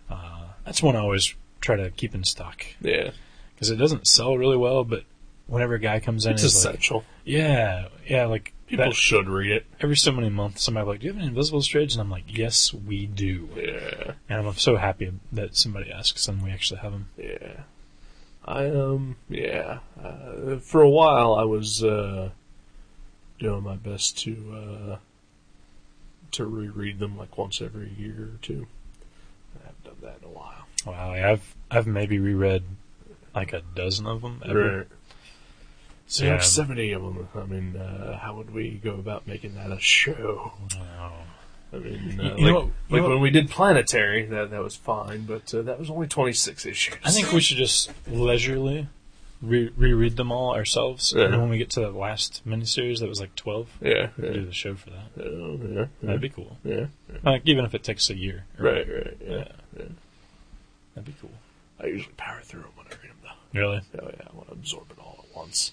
C: Uh, that's one I always try to keep in stock.
B: that. Yeah.
C: because it doesn't sell really well. But whenever a guy comes in,
B: It's
C: he's like,
B: essential.
C: yeah, yeah, like
B: People
C: that-
B: should read it.
C: every so many months, somebody like, do you have an invisible strange? And I'm like, yes, we do.
B: Yeah.
C: And I'm so happy that somebody asks and we actually have them.
B: Yeah. I um yeah. Uh, for a while I was uh doing my best to uh to reread them like once every year or two. I haven't done that in a while.
C: Wow, yeah, I've I've maybe reread like a dozen of them ever.
B: Right. So
C: Yeah.
B: like seventy of them. I mean, uh, how would we go about making that a show?
C: Wow.
B: I mean, uh,
C: You- you know
B: like,
C: what- you
B: like
C: know
B: when
C: what-
B: we did Planetary, that that was fine, but uh, that was only twenty six issues.
C: I think we should just leisurely re- reread them all ourselves.
B: Yeah.
C: And when we get to the last miniseries that was like twelve,
B: yeah,
C: we could
B: yeah,
C: do the show for that.
B: Oh, yeah, yeah,
C: That'd be cool.
B: yeah.
C: Like even if it takes a year. or-
B: Right, right, yeah.
C: Yeah.
B: yeah.
C: That'd be cool.
B: I usually power through them when I read them, though.
C: Really?
B: Oh yeah, I want to absorb it all at once.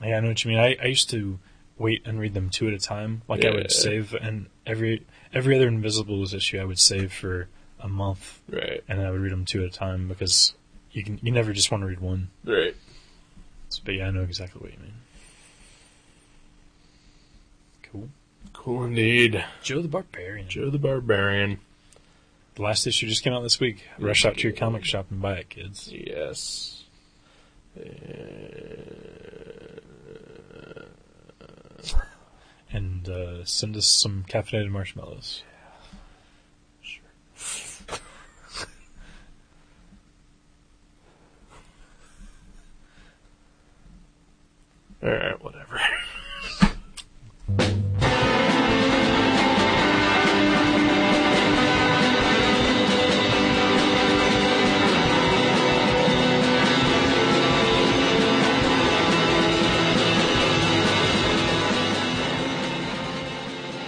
C: Yeah, I know what you mean. I, I used to wait and read them two at a time. Like I
B: Yeah.
C: would save, and every every other Invisibles issue I would save for a month,
B: Right,
C: and then I would read them two at a time because you can you never just want to read one.
B: right.
C: So, but yeah, I know exactly what you mean. Cool.
B: Cool indeed.
C: Joe the Barbarian.
B: Joe the Barbarian.
C: The last issue just came out this week. Rush out to your comic shop and buy it, kids.
B: Yes.
C: And uh, send us some caffeinated marshmallows.
B: *laughs* All right, whatever.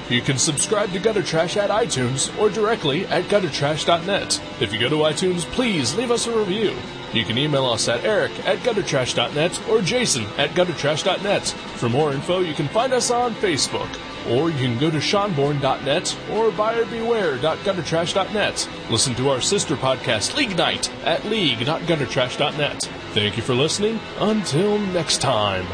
B: You can subscribe to Gutter Trash at iTunes or directly at guttertrash.net. If you go to iTunes, please leave us a review. You can email us at eric at guttertrash.net or jason at guttertrash.net. For more info, you can find us on Facebook. Or you can go to seanborn.net or buyerbeware.guttertrash.net. Listen to our sister podcast, League Night, at league.guttertrash.net. Thank you for listening. Until next time.